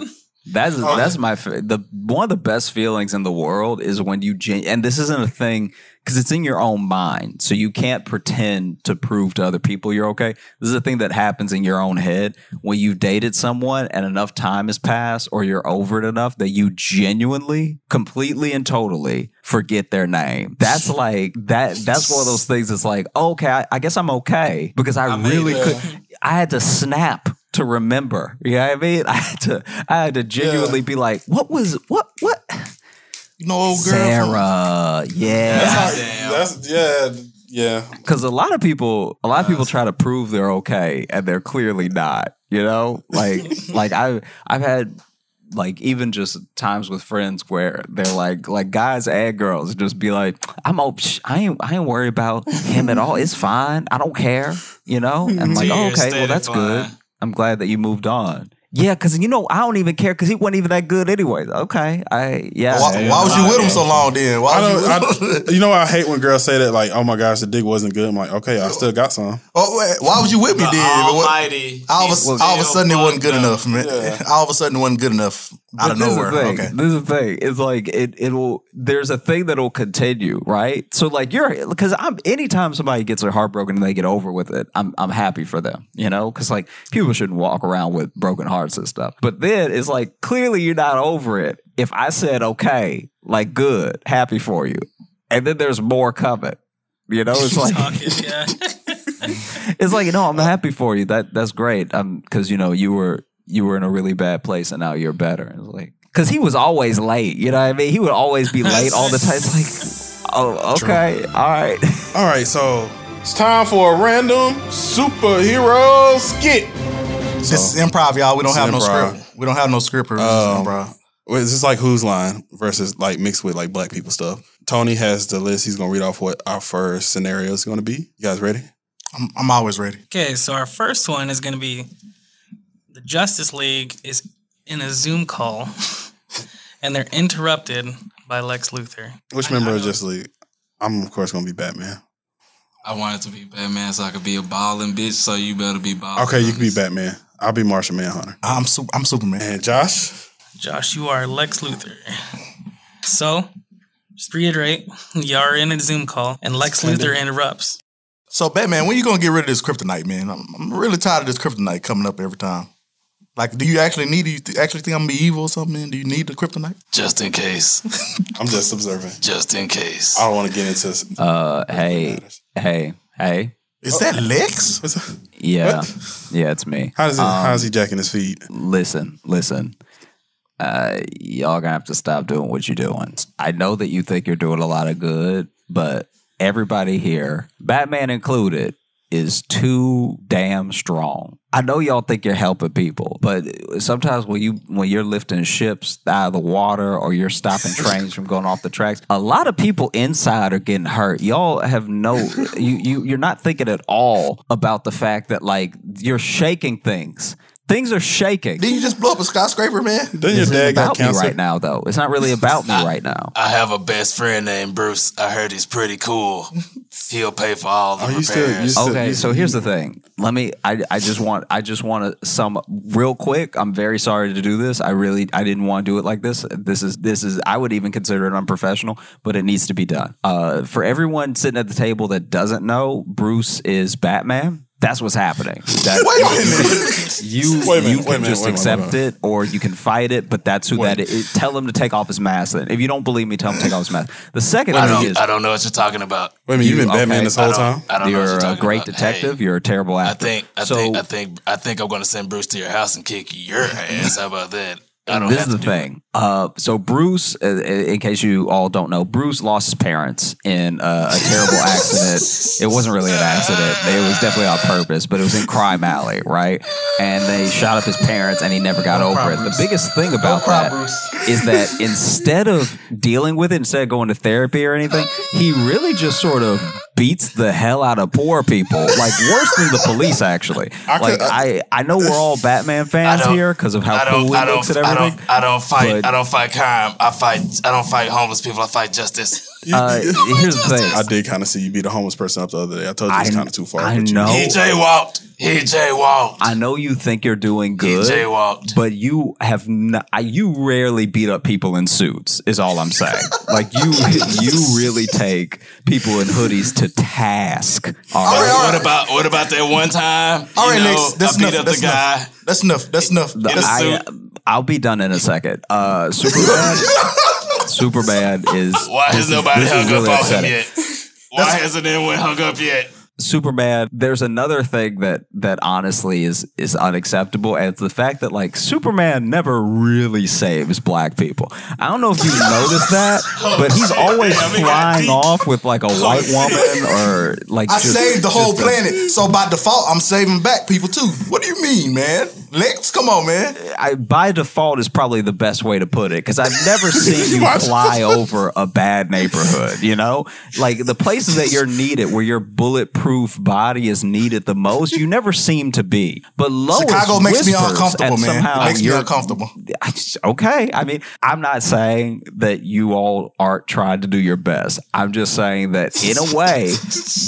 Speaker 7: That's that's my fa- the one of the best feelings in the world is when you gen- and this isn't a thing because it's in your own mind, so you can't pretend to prove to other people you're okay. This is a thing that happens in your own head when you've dated someone and enough time has passed, or you're over it enough that you genuinely, completely, and totally forget their name. That's like that. That's one of those things. that's like okay, I, I guess I'm okay because I, really
Speaker 4: it.
Speaker 7: could. I had to snap to remember. You know what I mean? I had to I had to genuinely be like, what was what what
Speaker 6: you know old
Speaker 3: girl
Speaker 7: Sarah. Yeah.
Speaker 3: That's yeah, yeah.
Speaker 7: Cause a lot of people a lot of people try to prove they're okay and they're clearly not. You know? Like like I I've had like even just times with friends where they're like like guys and girls just be like I'm oh, psh, I ain't I ain't worried about him at all it's fine I don't care you know and I'm like oh,
Speaker 4: Tears
Speaker 7: okay well
Speaker 4: stayed
Speaker 7: that's
Speaker 4: fine.
Speaker 7: good I'm glad that you moved on Yeah, because you know I don't even care because he wasn't even that good anyway. Okay, I yeah.
Speaker 6: Why, why was you with him so long then?
Speaker 3: I
Speaker 6: Why was you with him?
Speaker 3: don't, I, you know, I hate when girls say that, like, oh my gosh, the dick wasn't good. I'm like, okay, I still got some.
Speaker 6: Oh, wait, why was you with me
Speaker 3: The
Speaker 6: then? If it wa-
Speaker 3: Almighty.
Speaker 6: all, of
Speaker 3: He's
Speaker 6: a, all of a
Speaker 3: still
Speaker 6: sudden it wasn't good
Speaker 3: fucked up.
Speaker 6: enough, man.
Speaker 7: Yeah.
Speaker 6: All of a sudden it wasn't good enough out of
Speaker 7: But this is the
Speaker 6: nowhere.
Speaker 7: thing.
Speaker 6: Okay.
Speaker 7: This is the thing. It's like it it'll there's a thing that'll continue, right? So like you're because I'm anytime somebody gets their heart broken and they get over with it, I'm I'm happy for them, you know? Because like people shouldn't walk around with broken hearts and stuff. But then it's like clearly you're not over it. If I said okay, like good, happy for you, and then there's more coming. You know, it's like it's like you know i'm happy for you that that's great um because you know you were you were in a really bad place and now you're better it's like because he was always late you know what i mean he would always be late all the time it's like oh okay all right
Speaker 3: all right so
Speaker 7: it's
Speaker 3: time for a random superhero skit.
Speaker 6: This is improv, y'all. We don't
Speaker 3: It's
Speaker 6: have no
Speaker 3: improv.
Speaker 6: script. We don't have no script. or-
Speaker 3: Um, wait, this is like Who's Line versus like mixed with like black people stuff. Tony has the list. He's going to read off what our first scenario is going to be. You guys ready?
Speaker 6: I'm, I'm always ready.
Speaker 5: Okay, so our first one is going to be the Justice League is in a Zoom call and they're interrupted by Lex Luthor.
Speaker 3: Which member of Justice League? I'm, of course, going to be Batman.
Speaker 4: I wanted to be Batman so I could be a balling bitch. So you better be balling.
Speaker 3: Okay, you can be Batman. I'll be Martian Manhunter.
Speaker 6: I'm su- I'm Superman.
Speaker 3: And Josh?
Speaker 5: Josh, you are Lex Luthor. So, just to reiterate, you are in a Zoom call and Lex
Speaker 6: Kinda.
Speaker 5: Luthor interrupts.
Speaker 6: So Batman, when you gonna get rid of this kryptonite, man? I'm, I'm really tired of this kryptonite coming up every time. Like, do you actually need? Do you th- actually think I'm gonna be evil or something? man? Do you need the kryptonite?
Speaker 4: Just in case.
Speaker 3: I'm just observing.
Speaker 4: Just in case.
Speaker 3: I don't want to get into this.
Speaker 7: uh hey hey hey
Speaker 6: Is that Lex?
Speaker 7: yeah yeah it's me
Speaker 3: How does he- how is he
Speaker 7: jacking his feet listen listen uh y'all gonna have to stop doing what you're doing i know that you think you're doing a lot of good but everybody here batman included is too damn strong i know y'all think you're helping people but sometimes when you when you're lifting ships out of the water or you're stopping trains from going off the tracks a lot of people inside are getting hurt y'all have no you, you you're not thinking at all about the fact that like you're shaking things things are shaking
Speaker 6: Didn't you just blow up a skyscraper, man?
Speaker 3: Then
Speaker 7: It's about me right now, though. It's not really about me right now.
Speaker 4: I have a best friend named Bruce. I heard he's pretty cool. He'll pay for all the repairs.
Speaker 7: okay, so here's the thing. Let me. I, I just want. I just want to sum up real quick. I'm very sorry to do this. I really. I didn't want to do it like this. This is. This is. I would even consider it unprofessional, but it needs to be done. Uh, for everyone sitting at the table that doesn't know, Bruce is Batman. That's what's happening. That,
Speaker 6: Wait a
Speaker 7: You,
Speaker 6: Wait a minute,
Speaker 7: you
Speaker 6: wait
Speaker 7: can
Speaker 6: a minute, wait a minute,
Speaker 7: just
Speaker 6: wait a
Speaker 7: accept it or you can fight it, but that's who that is. Tell him to take off his mask then. If you don't believe me, tell him to take off his mask. The second
Speaker 4: I
Speaker 7: thing
Speaker 4: don't,
Speaker 7: is
Speaker 4: I don't know what you're talking about. Okay, I don't- I don't know
Speaker 7: you're
Speaker 4: what you're
Speaker 7: a
Speaker 4: talking
Speaker 7: great
Speaker 4: about.
Speaker 7: detective. You're a terrible
Speaker 4: I
Speaker 7: actor.
Speaker 4: think I think I think I think I'm gonna send Bruce to your house and kick your ass. How about that? I don't
Speaker 7: this
Speaker 4: have
Speaker 7: is
Speaker 4: to
Speaker 7: the thing. Uh, so Bruce, uh, in case you all don't know, Bruce lost his parents in uh, a terrible accident. It wasn't really an accident. It was definitely on purpose, but it was in crime alley, right? And they shot up his parents, and he never got over it. The biggest thing about that is that instead of dealing with it, instead of going to therapy or anything, he really just sort of beats the hell out of poor people, like worse than the police actually. like
Speaker 4: uh,
Speaker 7: I, I know we're all Batman fans here because of how
Speaker 4: I
Speaker 7: cool
Speaker 4: don't,
Speaker 7: he
Speaker 4: I
Speaker 7: looks
Speaker 4: don't,
Speaker 7: and
Speaker 4: I
Speaker 7: everything.
Speaker 4: don't, I don't fight.
Speaker 7: But-
Speaker 4: I don't fight crime. I fight. I don't fight homeless people. I fight justice.
Speaker 7: Uh, here's the thing.
Speaker 3: I did kind of see you beat a homeless person up the other day. I told you it's
Speaker 7: I-
Speaker 3: kind of too far.
Speaker 7: I
Speaker 3: but you-
Speaker 7: know.
Speaker 4: He jaywalked. He jaywalked.
Speaker 7: I know you think you're doing good,
Speaker 4: jaywalked.
Speaker 7: but you have not. I- You rarely beat up people in suits. Is all I'm saying. like you, you really take people in hoodies to task. All
Speaker 4: What-
Speaker 7: right.
Speaker 4: What about what about that one time?
Speaker 6: All right,
Speaker 4: you know,
Speaker 6: Lex. That's
Speaker 4: I beat
Speaker 6: enough.
Speaker 4: up
Speaker 6: That's
Speaker 4: the guy.
Speaker 6: enough. That's enough. That's enough.
Speaker 7: The-
Speaker 6: That's
Speaker 7: I, I'll be done in a second. Uh, Superbad. Superbad is.
Speaker 4: Why
Speaker 7: this
Speaker 4: has
Speaker 7: is-
Speaker 4: nobody
Speaker 7: this is
Speaker 4: hung up
Speaker 7: really
Speaker 4: on him
Speaker 7: upsetting.
Speaker 4: yet? Why hasn't anyone hung up yet?
Speaker 7: Superman. There's another thing that that honestly is is unacceptable, and it's the fact that like Superman never really saves black people. I don't know if you noticed that, but
Speaker 6: Oh,
Speaker 7: he's always flying off with like a white woman or like
Speaker 6: I
Speaker 7: just-
Speaker 6: saved the whole
Speaker 7: just a-
Speaker 6: planet, so by default, I'm saving back people too. What do you mean, man? Lex, come on, man.
Speaker 7: I, by default is probably the best way to put it because I've never seen you
Speaker 6: Watch.
Speaker 7: fly over a bad neighborhood. You know, like the places that you're needed, where you're bulletproof proof body is needed the most, you never seem to be. But Lois
Speaker 6: Chicago makes me
Speaker 7: whispers
Speaker 6: uncomfortable,
Speaker 7: at
Speaker 6: man.
Speaker 7: somehow
Speaker 6: It makes me
Speaker 7: you're-
Speaker 6: uncomfortable.
Speaker 7: I just- okay. I mean, I'm not saying that you all aren't trying to do your best. I'm just saying that in a way,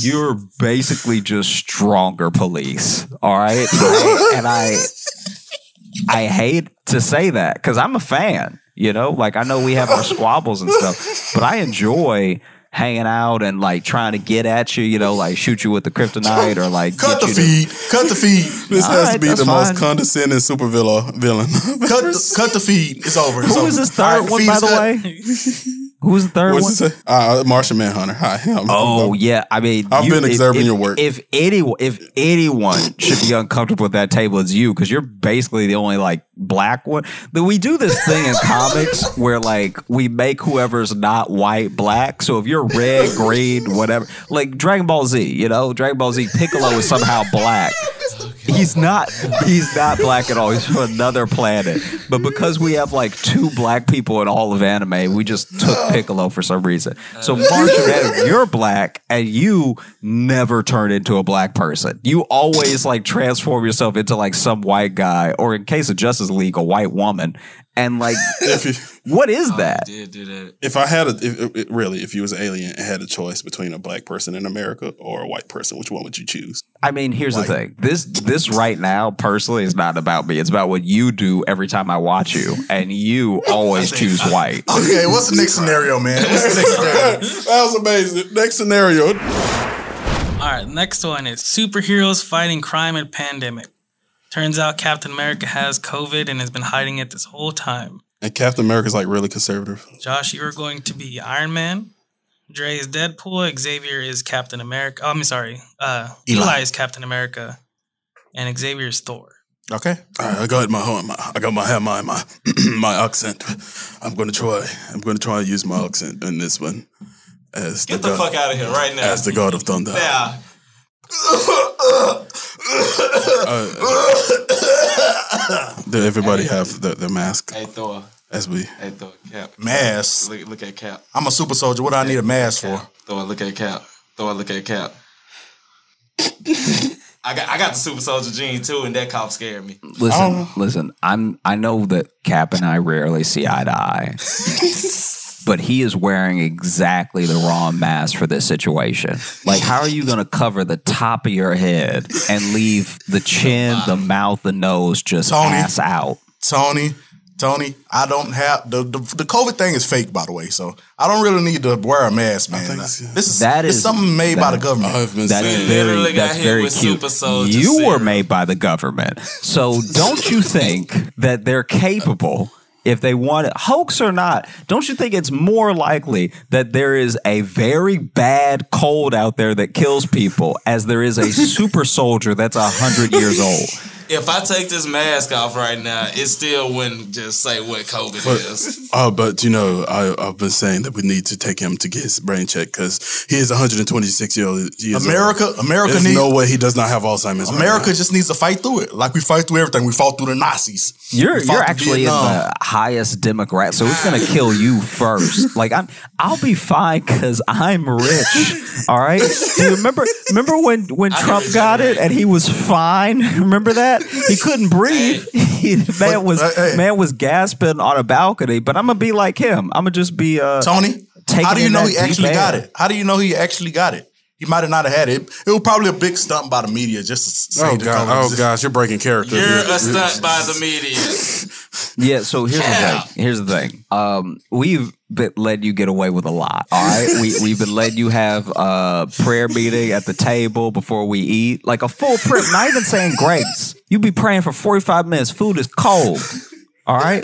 Speaker 7: you're basically just stronger police. All right. I- and I I hate to say that because I'm a fan, you know, like I know we have our squabbles and stuff, but I enjoy hanging out and like trying to get at you, you know, like shoot you with the kryptonite or like
Speaker 6: Cut
Speaker 7: get
Speaker 6: the
Speaker 7: you
Speaker 6: feed. Cut the feed.
Speaker 3: This
Speaker 7: All
Speaker 3: has to
Speaker 7: right,
Speaker 3: be
Speaker 7: that's
Speaker 3: the
Speaker 7: fine.
Speaker 3: most condescending supervillain villain.
Speaker 6: Cut the, cut the feed. It's over. It's
Speaker 7: Who
Speaker 6: over.
Speaker 7: is this
Speaker 6: All
Speaker 7: third
Speaker 6: right,
Speaker 7: one,
Speaker 6: feed's
Speaker 7: by the
Speaker 6: cut.
Speaker 7: way? Who's the third
Speaker 3: What's
Speaker 7: one?
Speaker 3: it say? Uh, Martian Manhunter. Hi, him.
Speaker 7: Oh yeah, I mean,
Speaker 3: I've been
Speaker 7: if-
Speaker 3: observing
Speaker 7: if-
Speaker 3: your work.
Speaker 7: If anyone, if anyone should be uncomfortable with that table, it's you because you're basically the only like black one. But we do this thing in comics where like we make whoever's not white black. So if you're red, green, whatever, like Dragon Ball Z, you know, Dragon Ball Z, Piccolo is somehow black. He's not. He's not black at all. He's from another planet. But because we have like two black people in all of anime, we just took Piccolo for some reason. So Martian Manhunter, you're black, and you never turn into a black person. You always like transform yourself into like some white guy, or in case of Justice League, a white woman. And like, what is that?
Speaker 3: If I had a if, if- really, if you was an alien and had a choice between a black person in America or a white person, which one would you choose?
Speaker 7: I mean, here's the thing. This this right now, personally, is not about me. It's about what you do every time I watch you, and you always choose white.
Speaker 6: Okay, what's the next scenario, man? What's the next scenario?
Speaker 3: that was amazing. Next scenario.
Speaker 5: All right, next one is superheroes fighting crime and pandemic. Turns out Captain America has COVID and has been hiding it this whole time.
Speaker 3: And Captain America's like really conservative.
Speaker 5: Josh, you're going to be Iron Man. Dre is Deadpool. Xavier is Captain America. Oh, I'm sorry. Uh, Eli.
Speaker 3: Eli.
Speaker 5: is Captain America, and Xavier is Thor.
Speaker 3: Okay. All right, I got my home. I got my have my my my accent. I'm gonna try. I'm gonna try and use my accent in this one. As
Speaker 4: Get the fuck outta here right now.
Speaker 3: As the god of thunder.
Speaker 4: Yeah.
Speaker 3: Do Uh, everybody have the, the mask
Speaker 4: Hey Thor.
Speaker 3: as we
Speaker 4: Hey Thor. Cap.
Speaker 6: Mask.
Speaker 4: Look, look at Cap.
Speaker 6: I'm a super soldier. What do I need a mask for?
Speaker 4: Thor. Look at Cap. Thor. Look at Cap. I got I got the super soldier gene too, and that cop scared me.
Speaker 3: Um,
Speaker 7: Listen, listen. I'm. I know that Cap and I rarely see eye to eye, but he is wearing exactly the wrong mask for this situation. Like, how are you going to cover the top of your head and leave the chin, the mouth, the nose just
Speaker 6: Tony.
Speaker 7: ass out?
Speaker 6: Tony, Tony, I don't have the, the the COVID thing is fake, by the way. So I don't really need to wear a mask, man. This is
Speaker 7: That
Speaker 6: this
Speaker 7: is-
Speaker 6: something made by
Speaker 7: that-
Speaker 6: the government.
Speaker 7: That is very, that's very cute. you were made by the government. So don't you think that they're capable if they want it, hoax or not? Don't you think it's more likely that there is a very bad cold out there that kills people as there is a super soldier that's a hundred years old?
Speaker 4: If I take this mask off right now, it still wouldn't just say what COVID is.
Speaker 3: Oh, but you know, I, I've been saying that we need to take him to get his brain check because he is 126 year old. years old.
Speaker 6: America- America
Speaker 3: There's
Speaker 6: need-
Speaker 3: no way he does not have Alzheimer's.
Speaker 6: America just needs to fight through it, like we fight through everything. We fought through the Nazis.
Speaker 7: You're
Speaker 6: We fought
Speaker 7: you're
Speaker 6: through
Speaker 7: actually in
Speaker 6: Vietnam.
Speaker 7: the highest demographic, so it's gonna kill you first. Like I'm, I'll be fine because I'm rich. All right. Do you remember remember when when Trump got it and he was fine? Remember that he couldn't breathe. He, man was
Speaker 6: uh,
Speaker 7: man was gasping on a balcony. But I'm gonna be like him. I'm gonna just be uh,
Speaker 6: Tony.
Speaker 7: taking
Speaker 6: How do you
Speaker 7: in
Speaker 6: know
Speaker 7: that
Speaker 6: he
Speaker 7: deep
Speaker 6: actually
Speaker 7: air.
Speaker 6: got it? How do you know he actually got it? He might have not have had it. It was probably a big stunt by the media just to say
Speaker 3: Oh,
Speaker 6: the
Speaker 3: God.
Speaker 6: color
Speaker 3: Oh,
Speaker 6: exists.
Speaker 3: gosh. You're breaking character.
Speaker 4: You're a stunt by the media.
Speaker 7: Yeah, so here's the thing. Here's the thing. Um, we've been let you get away with a lot. All right, we we've been letting you have a prayer meeting at the table before we eat, like a full prayer. Not even saying grace. You be praying for forty five minutes. Food is cold. All right,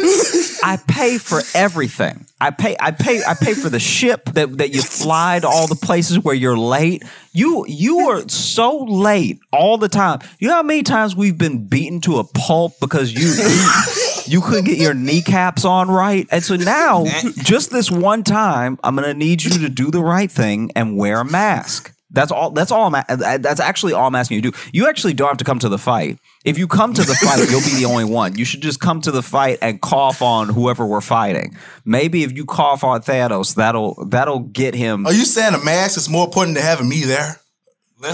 Speaker 7: I pay for everything. I pay. I pay. I pay for the ship that, that you fly to all the places where you're late. You you are so late all the time. You know how many times we've been beaten to a pulp because you you couldn't get your kneecaps on right. And so now, just this one time, I'm gonna need you to do the right thing and wear a mask. That's all. That's all. I'm, a- that's actually all I'm asking you to do. You actually don't have to come to the fight. If you come to the fight, you'll be the only one. You should just come to the fight and cough on whoever we're fighting. Maybe if you cough on Thanos, that'll that'll get him.
Speaker 6: Are you saying a mask is more important than having me there?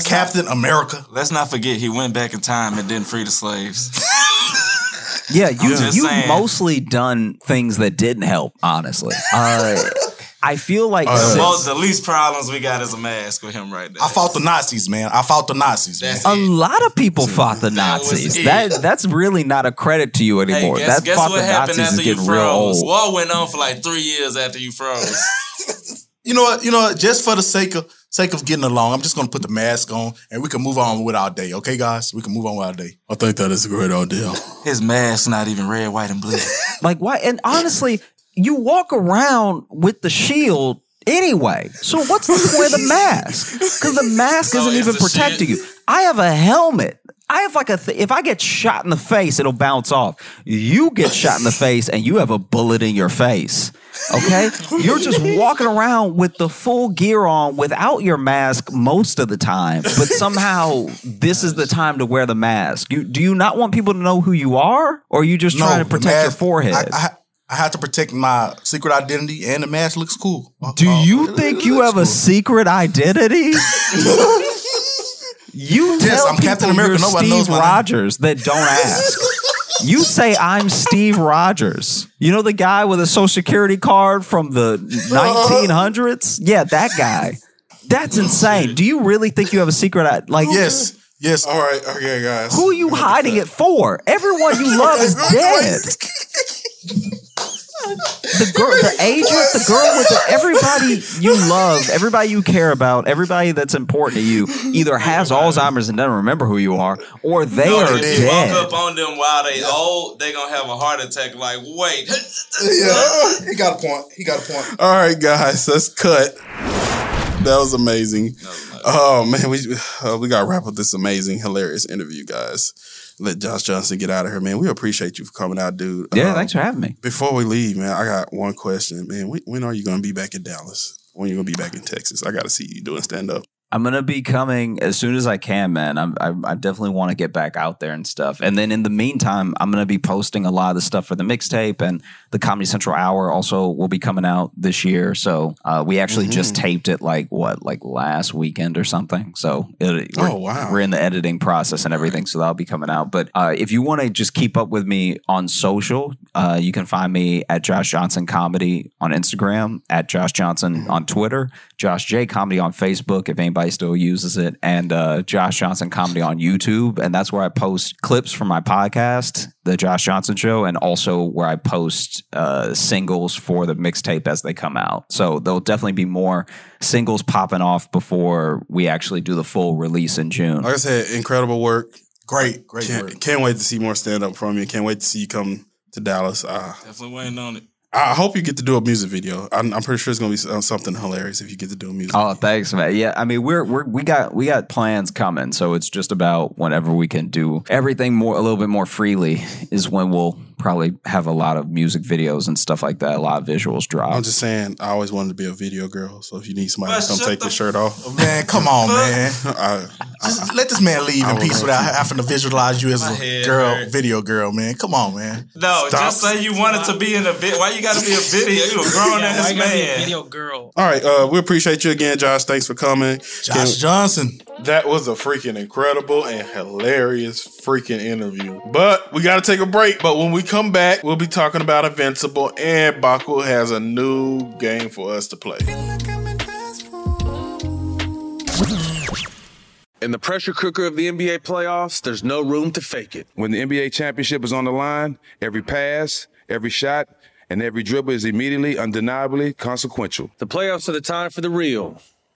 Speaker 6: Captain America.
Speaker 4: Let's not forget he went back in time and didn't free the slaves.
Speaker 7: Yeah, you
Speaker 4: just
Speaker 7: you
Speaker 4: saying.
Speaker 7: mostly done things that didn't help. Honestly, uh, I feel like
Speaker 4: the,
Speaker 7: since-
Speaker 4: Uh, most, the least problems we got is a mask with him right now.
Speaker 6: I fought the Nazis, man. I fought the Nazis, man.
Speaker 7: a lot of people fought the Nazis.
Speaker 4: it.
Speaker 7: That that's really not a credit to you anymore.
Speaker 4: Hey, guess,
Speaker 7: that
Speaker 4: guess
Speaker 7: fought
Speaker 4: what
Speaker 7: the
Speaker 4: happened
Speaker 7: Nazis is
Speaker 4: after you
Speaker 7: getting real
Speaker 4: froze?
Speaker 7: old.
Speaker 4: War went on for like three years after you froze.
Speaker 6: You know what? You know what? Just for the sake of sake of getting along, I'm just gonna put the mask on and we can move on with our day. Okay, guys, we can move on with our day.
Speaker 3: I think that is a great idea.
Speaker 4: His mask not even red, white, and blue.
Speaker 7: Like why? And honestly, you walk around with the shield anyway. So what's the point of the mask? Because the
Speaker 4: Oh,
Speaker 7: mask isn't even protecting you. I have a helmet. I have like a. Th- if I get shot in the face, it'll bounce off. You get shot in the face, and you have a bullet in your face. Okay, you're just walking around with the full gear on without your mask most of the time. But somehow, this is the time to wear the mask. You do you not want people to know who you are, or are you just
Speaker 6: No,
Speaker 7: trying to
Speaker 6: the
Speaker 7: protect your
Speaker 6: mask-
Speaker 7: forehead?
Speaker 6: I, I, I have to protect my secret identity and the mask looks cool.
Speaker 7: Do you think you have a secret identity? you
Speaker 6: Yes,
Speaker 7: tell
Speaker 6: I'm Captain
Speaker 7: people
Speaker 6: America.
Speaker 7: You're
Speaker 6: Nobody
Speaker 7: Steve
Speaker 6: knows my name.
Speaker 7: Rogers that don't ask. you say I'm Steve Rogers. You know the guy with a social security card from the 1900s? Yeah, that guy. That's insane. Do you really think you have a secret? i- Like
Speaker 6: Yes, yes. All right, okay, guys.
Speaker 7: Who are you hiding it for? Everyone you love is dead. The girl, the agent, the girl with the, everybody you love, everybody you care about, everybody that's important to you, either has Alzheimer's and doesn't remember who you are, or they
Speaker 4: No,
Speaker 7: are
Speaker 4: if you
Speaker 7: dead.
Speaker 4: walk up on them while they old, they gonna have a heart attack. Like, wait,
Speaker 6: Yeah, he got a point. He got a point.
Speaker 3: All right, guys, let's cut. That was amazing. Oh man, we uh, we got to wrap up this amazing, hilarious interview, guys. Let Josh Johnson get out of here, man. We appreciate you for coming out, dude. Um,
Speaker 7: Yeah, thanks for having me.
Speaker 3: Before we leave, man, I got one question, man. When, when are you going to be back in Dallas? When you going to be back in Texas? I got to see you doing stand up.
Speaker 7: I'm gonna be coming as soon as I can, man. I'm, I, I definitely want to get back out there and stuff. And then in the meantime, I'm gonna be posting a lot of the stuff for the mixtape and the Comedy Central Hour also will be coming out this year. So uh, we actually just
Speaker 3: Mhm.
Speaker 7: taped it like what, like last weekend or something. So it, we're,
Speaker 3: Oh, wow.
Speaker 7: we're in the editing process and everything. So that'll be coming out. But uh, if you want to just keep up with me on social, uh, you can find me at Josh Johnson Comedy on Instagram, at Josh Johnson on Twitter, Josh J Comedy on Facebook, if anybody still uses it, and uh, Josh Johnson Comedy on YouTube. And that's where I post clips from my podcast, The Josh Johnson Show, and also where I post uh, singles for the mixtape as they come out. So there'll definitely be more singles popping off before we actually do the full release in June.
Speaker 3: Like I said, incredible work.
Speaker 6: Great, great
Speaker 3: can't,
Speaker 6: work.
Speaker 3: Can't wait to see more stand up from you. Can't wait to see you come to Dallas. Uh,
Speaker 4: definitely waiting on it.
Speaker 3: I hope you get to do a music video. I'm, I'm pretty sure it's going to be uh, something hilarious if you get to do a music.
Speaker 7: Oh, thanks, man. Yeah, I mean, we're we're we got we got plans coming, so it's just about whenever we can do everything more a little bit more freely is when we'll probably have a lot of music videos and stuff like that, a lot of visuals drop.
Speaker 3: I'm just saying, I always wanted to be a video girl. So if you need somebody
Speaker 6: Well,
Speaker 3: to come
Speaker 6: shut
Speaker 3: take
Speaker 6: the
Speaker 3: your shirt off,
Speaker 6: Man, come on, man.
Speaker 3: I,
Speaker 6: Just let this man leave
Speaker 3: I
Speaker 6: in
Speaker 3: will
Speaker 6: peace
Speaker 3: let
Speaker 6: without
Speaker 3: you.
Speaker 6: having to visualize you as
Speaker 4: My
Speaker 6: a
Speaker 4: head
Speaker 6: girl,
Speaker 4: hurt.
Speaker 6: video girl, man. Come on, man.
Speaker 4: No,
Speaker 6: Stop.
Speaker 4: just say you wanted to be in a video. Why you gotta be a video? You a grown
Speaker 5: Yeah, why
Speaker 4: ass
Speaker 5: you gotta be a
Speaker 4: man.
Speaker 5: video girl.
Speaker 3: all right, uh, we appreciate you again, Josh. Thanks for coming,
Speaker 6: Josh Johnson.
Speaker 3: That was a freaking incredible and hilarious freaking interview. But we got to take a break. But when we come back, we'll be talking about Invincible, and Baku has a new game for us to play.
Speaker 9: In the pressure cooker of the NBA playoffs, there's no room to fake it.
Speaker 10: When the NBA championship is on the line, every pass, every shot, and every dribble is immediately, undeniably consequential.
Speaker 9: The playoffs are the time for the real.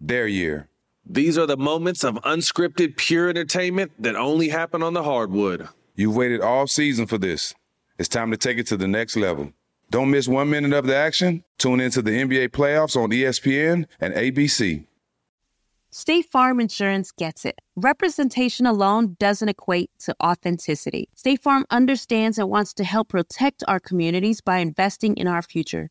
Speaker 10: their year?
Speaker 9: These are the moments of unscripted, pure entertainment that only happen on the hardwood.
Speaker 10: You've waited all season for this. It's time to take it to the next level. Don't miss one minute E of the action. Tune into the NBA playoffs on ESPN and ABC.
Speaker 11: State Farm Insurance gets it. Representation alone doesn't equate to authenticity. State Farm understands and wants to help protect our communities by investing in our future,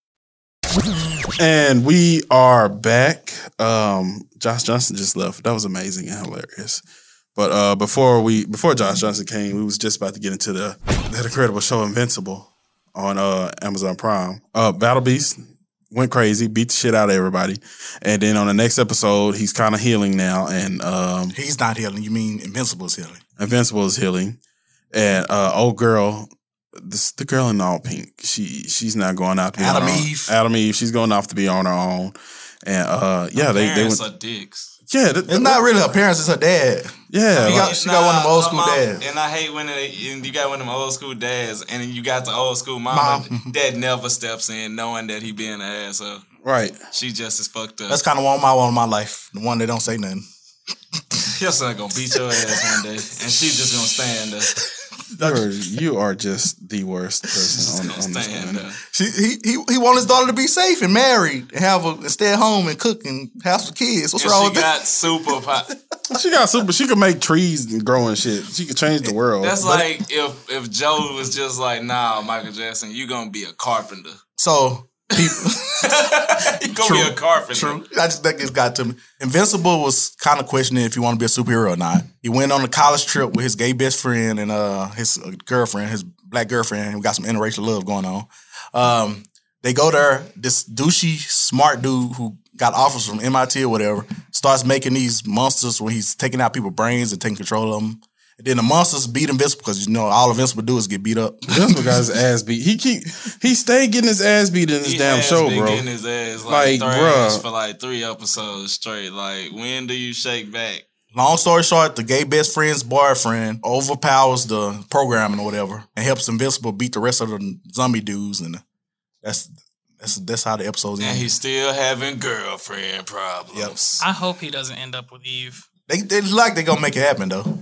Speaker 3: And we are back. Um, Josh Johnson just left. That was amazing and hilarious. But uh, before we before Josh Johnson came, we was just about to get into the that incredible show Invincible on uh, Amazon Prime. Uh, Battle Beast went crazy, beat the shit out of everybody, and then on the next episode, he's kind of healing now, and um,
Speaker 6: He's not healing. You mean Invincible's healing?
Speaker 3: Invincible is healing, and uh, old girl, this, the girl in all pink, she she's not going out to be
Speaker 6: Adam
Speaker 3: on her own.
Speaker 6: Eve.
Speaker 3: Adam Eve, she's going off to be on her own, and uh, yeah, they they
Speaker 4: parents
Speaker 3: went.
Speaker 4: are dicks.
Speaker 3: Yeah, th-
Speaker 6: It's not really her parents. It's her dad.
Speaker 3: Yeah,
Speaker 6: He got- she got one of them old school
Speaker 4: mom-
Speaker 6: dads.
Speaker 4: And I hate when they, and you got one of them old school dads, and then you got the old school mama that never steps in, knowing that he being an asshole.
Speaker 3: Right.
Speaker 4: She just is fucked up.
Speaker 6: That's kind of one I want in my life. The one that don't say nothing.
Speaker 4: Your son gonna beat your ass one day, and she just gonna stand there.
Speaker 3: You are, you are just the worst person on, on this planet.
Speaker 6: She, he, he he want his daughter to be safe and married and have a and stay at home and cook and have some kids. What's
Speaker 4: And
Speaker 6: wrong
Speaker 4: she
Speaker 6: with that?
Speaker 4: got super pop.
Speaker 3: She got super. She could make trees and grow and shit. She could change the world.
Speaker 4: That's
Speaker 3: But-
Speaker 4: like if if Joe was just like, nah, Michael Jackson, you gonna be a carpenter.
Speaker 6: So
Speaker 4: You gonna be a carpenter.
Speaker 6: True. I just that just got to me. Invincible was kind of questioning if you want to be a superhero or not. He went on a college trip with his gay best friend and uh his uh, girlfriend, his black girlfriend. We got some interracial love going on. Um, they go there. This douchey smart dude who got offers from MIT or whatever starts making these monsters where he's taking out people's brains and taking control of them. And then the monsters beat Invincible because you know all Invincible do is get beat up.
Speaker 3: Invincible got his ass beat. He keep he stayed getting his ass beat in this damn
Speaker 4: has
Speaker 3: show,
Speaker 4: been
Speaker 3: bro.
Speaker 4: Getting his ass
Speaker 6: Like,
Speaker 4: like, thrashed
Speaker 6: bruh.
Speaker 4: for like three episodes straight. Like, when do you shake back?
Speaker 6: Long story short, the gay best friend's boyfriend overpowers the programming or whatever and helps Invincible beat the rest of the zombie dudes, and that's that's that's how the episodes
Speaker 4: And
Speaker 6: end.
Speaker 4: he's still having girlfriend problems.
Speaker 5: I hope he doesn't end up with Eve.
Speaker 6: they they look like they gonna make it happen though.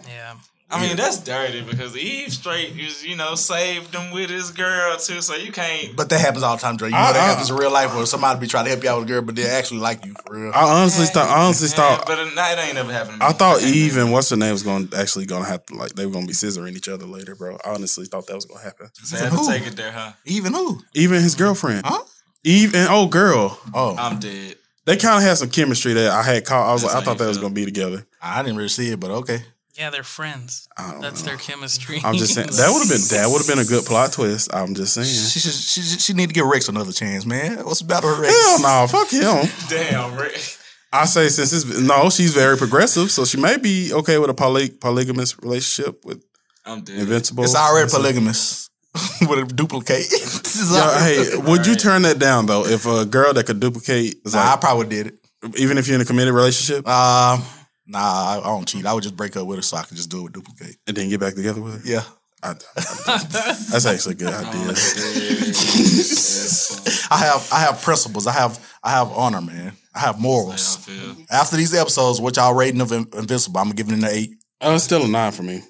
Speaker 4: I mean, that's dirty because Eve straight is, you know, saved him with his girl too. So you can't.
Speaker 6: But that happens all the time, Dre. You know
Speaker 4: I-
Speaker 6: that
Speaker 3: Uh-uh.
Speaker 4: I-
Speaker 6: happens in real life where somebody be trying to help you out with a girl, but they actually like you for real.
Speaker 3: I honestly thought. I honestly
Speaker 4: Yeah,
Speaker 3: thought.
Speaker 4: but it, nah, it ain't never happened. to
Speaker 3: I
Speaker 4: me.
Speaker 3: thought Eve and what's her name was going to actually going to have to like they were going to be scissoring each other later, bro. I honestly thought that was going to happen.
Speaker 4: So I had to take it there, huh?
Speaker 6: Even who?
Speaker 3: Even his girlfriend. Huh? Eve and old girl.
Speaker 6: Oh,
Speaker 4: I'm dead.
Speaker 3: They kind of had some chemistry that I had caught. I was like, I thought they was going to be together.
Speaker 6: I didn't really see it, but okay.
Speaker 5: Yeah, they're friends. That's their chemistry.
Speaker 3: I'm just saying that would have been that would have been a good plot twist. I'm just saying.
Speaker 6: She should, she she- she need to give Rex another chance, man. What's about her Rex?
Speaker 3: Hell no, Oh, fuck him.
Speaker 4: Damn, Rick.
Speaker 3: I say since it's no, she's very progressive, so she may be okay with a poly, polygamous relationship with
Speaker 4: I'm dead.
Speaker 3: Invincible.
Speaker 6: It's already polygamous with a duplicate. It's
Speaker 3: Yo,
Speaker 6: already-
Speaker 3: hey, would you turn that down though? If a girl that could duplicate, is
Speaker 6: Nah,
Speaker 3: like-
Speaker 6: I probably did it.
Speaker 3: even if you're in a committed relationship,
Speaker 6: Um, nah, I, I don't cheat. I would just break up with her so I could just do it with duplicate.
Speaker 3: and then get back together with her.
Speaker 6: Yeah.
Speaker 3: I, that's actually a good
Speaker 4: Oh,
Speaker 3: idea.
Speaker 6: I have I have principles. I have I have honor, man. I have morals. After these episodes, what y'all rating of In- Invincible? I'm giving it an eight.
Speaker 3: Oh, it's still a nine for me.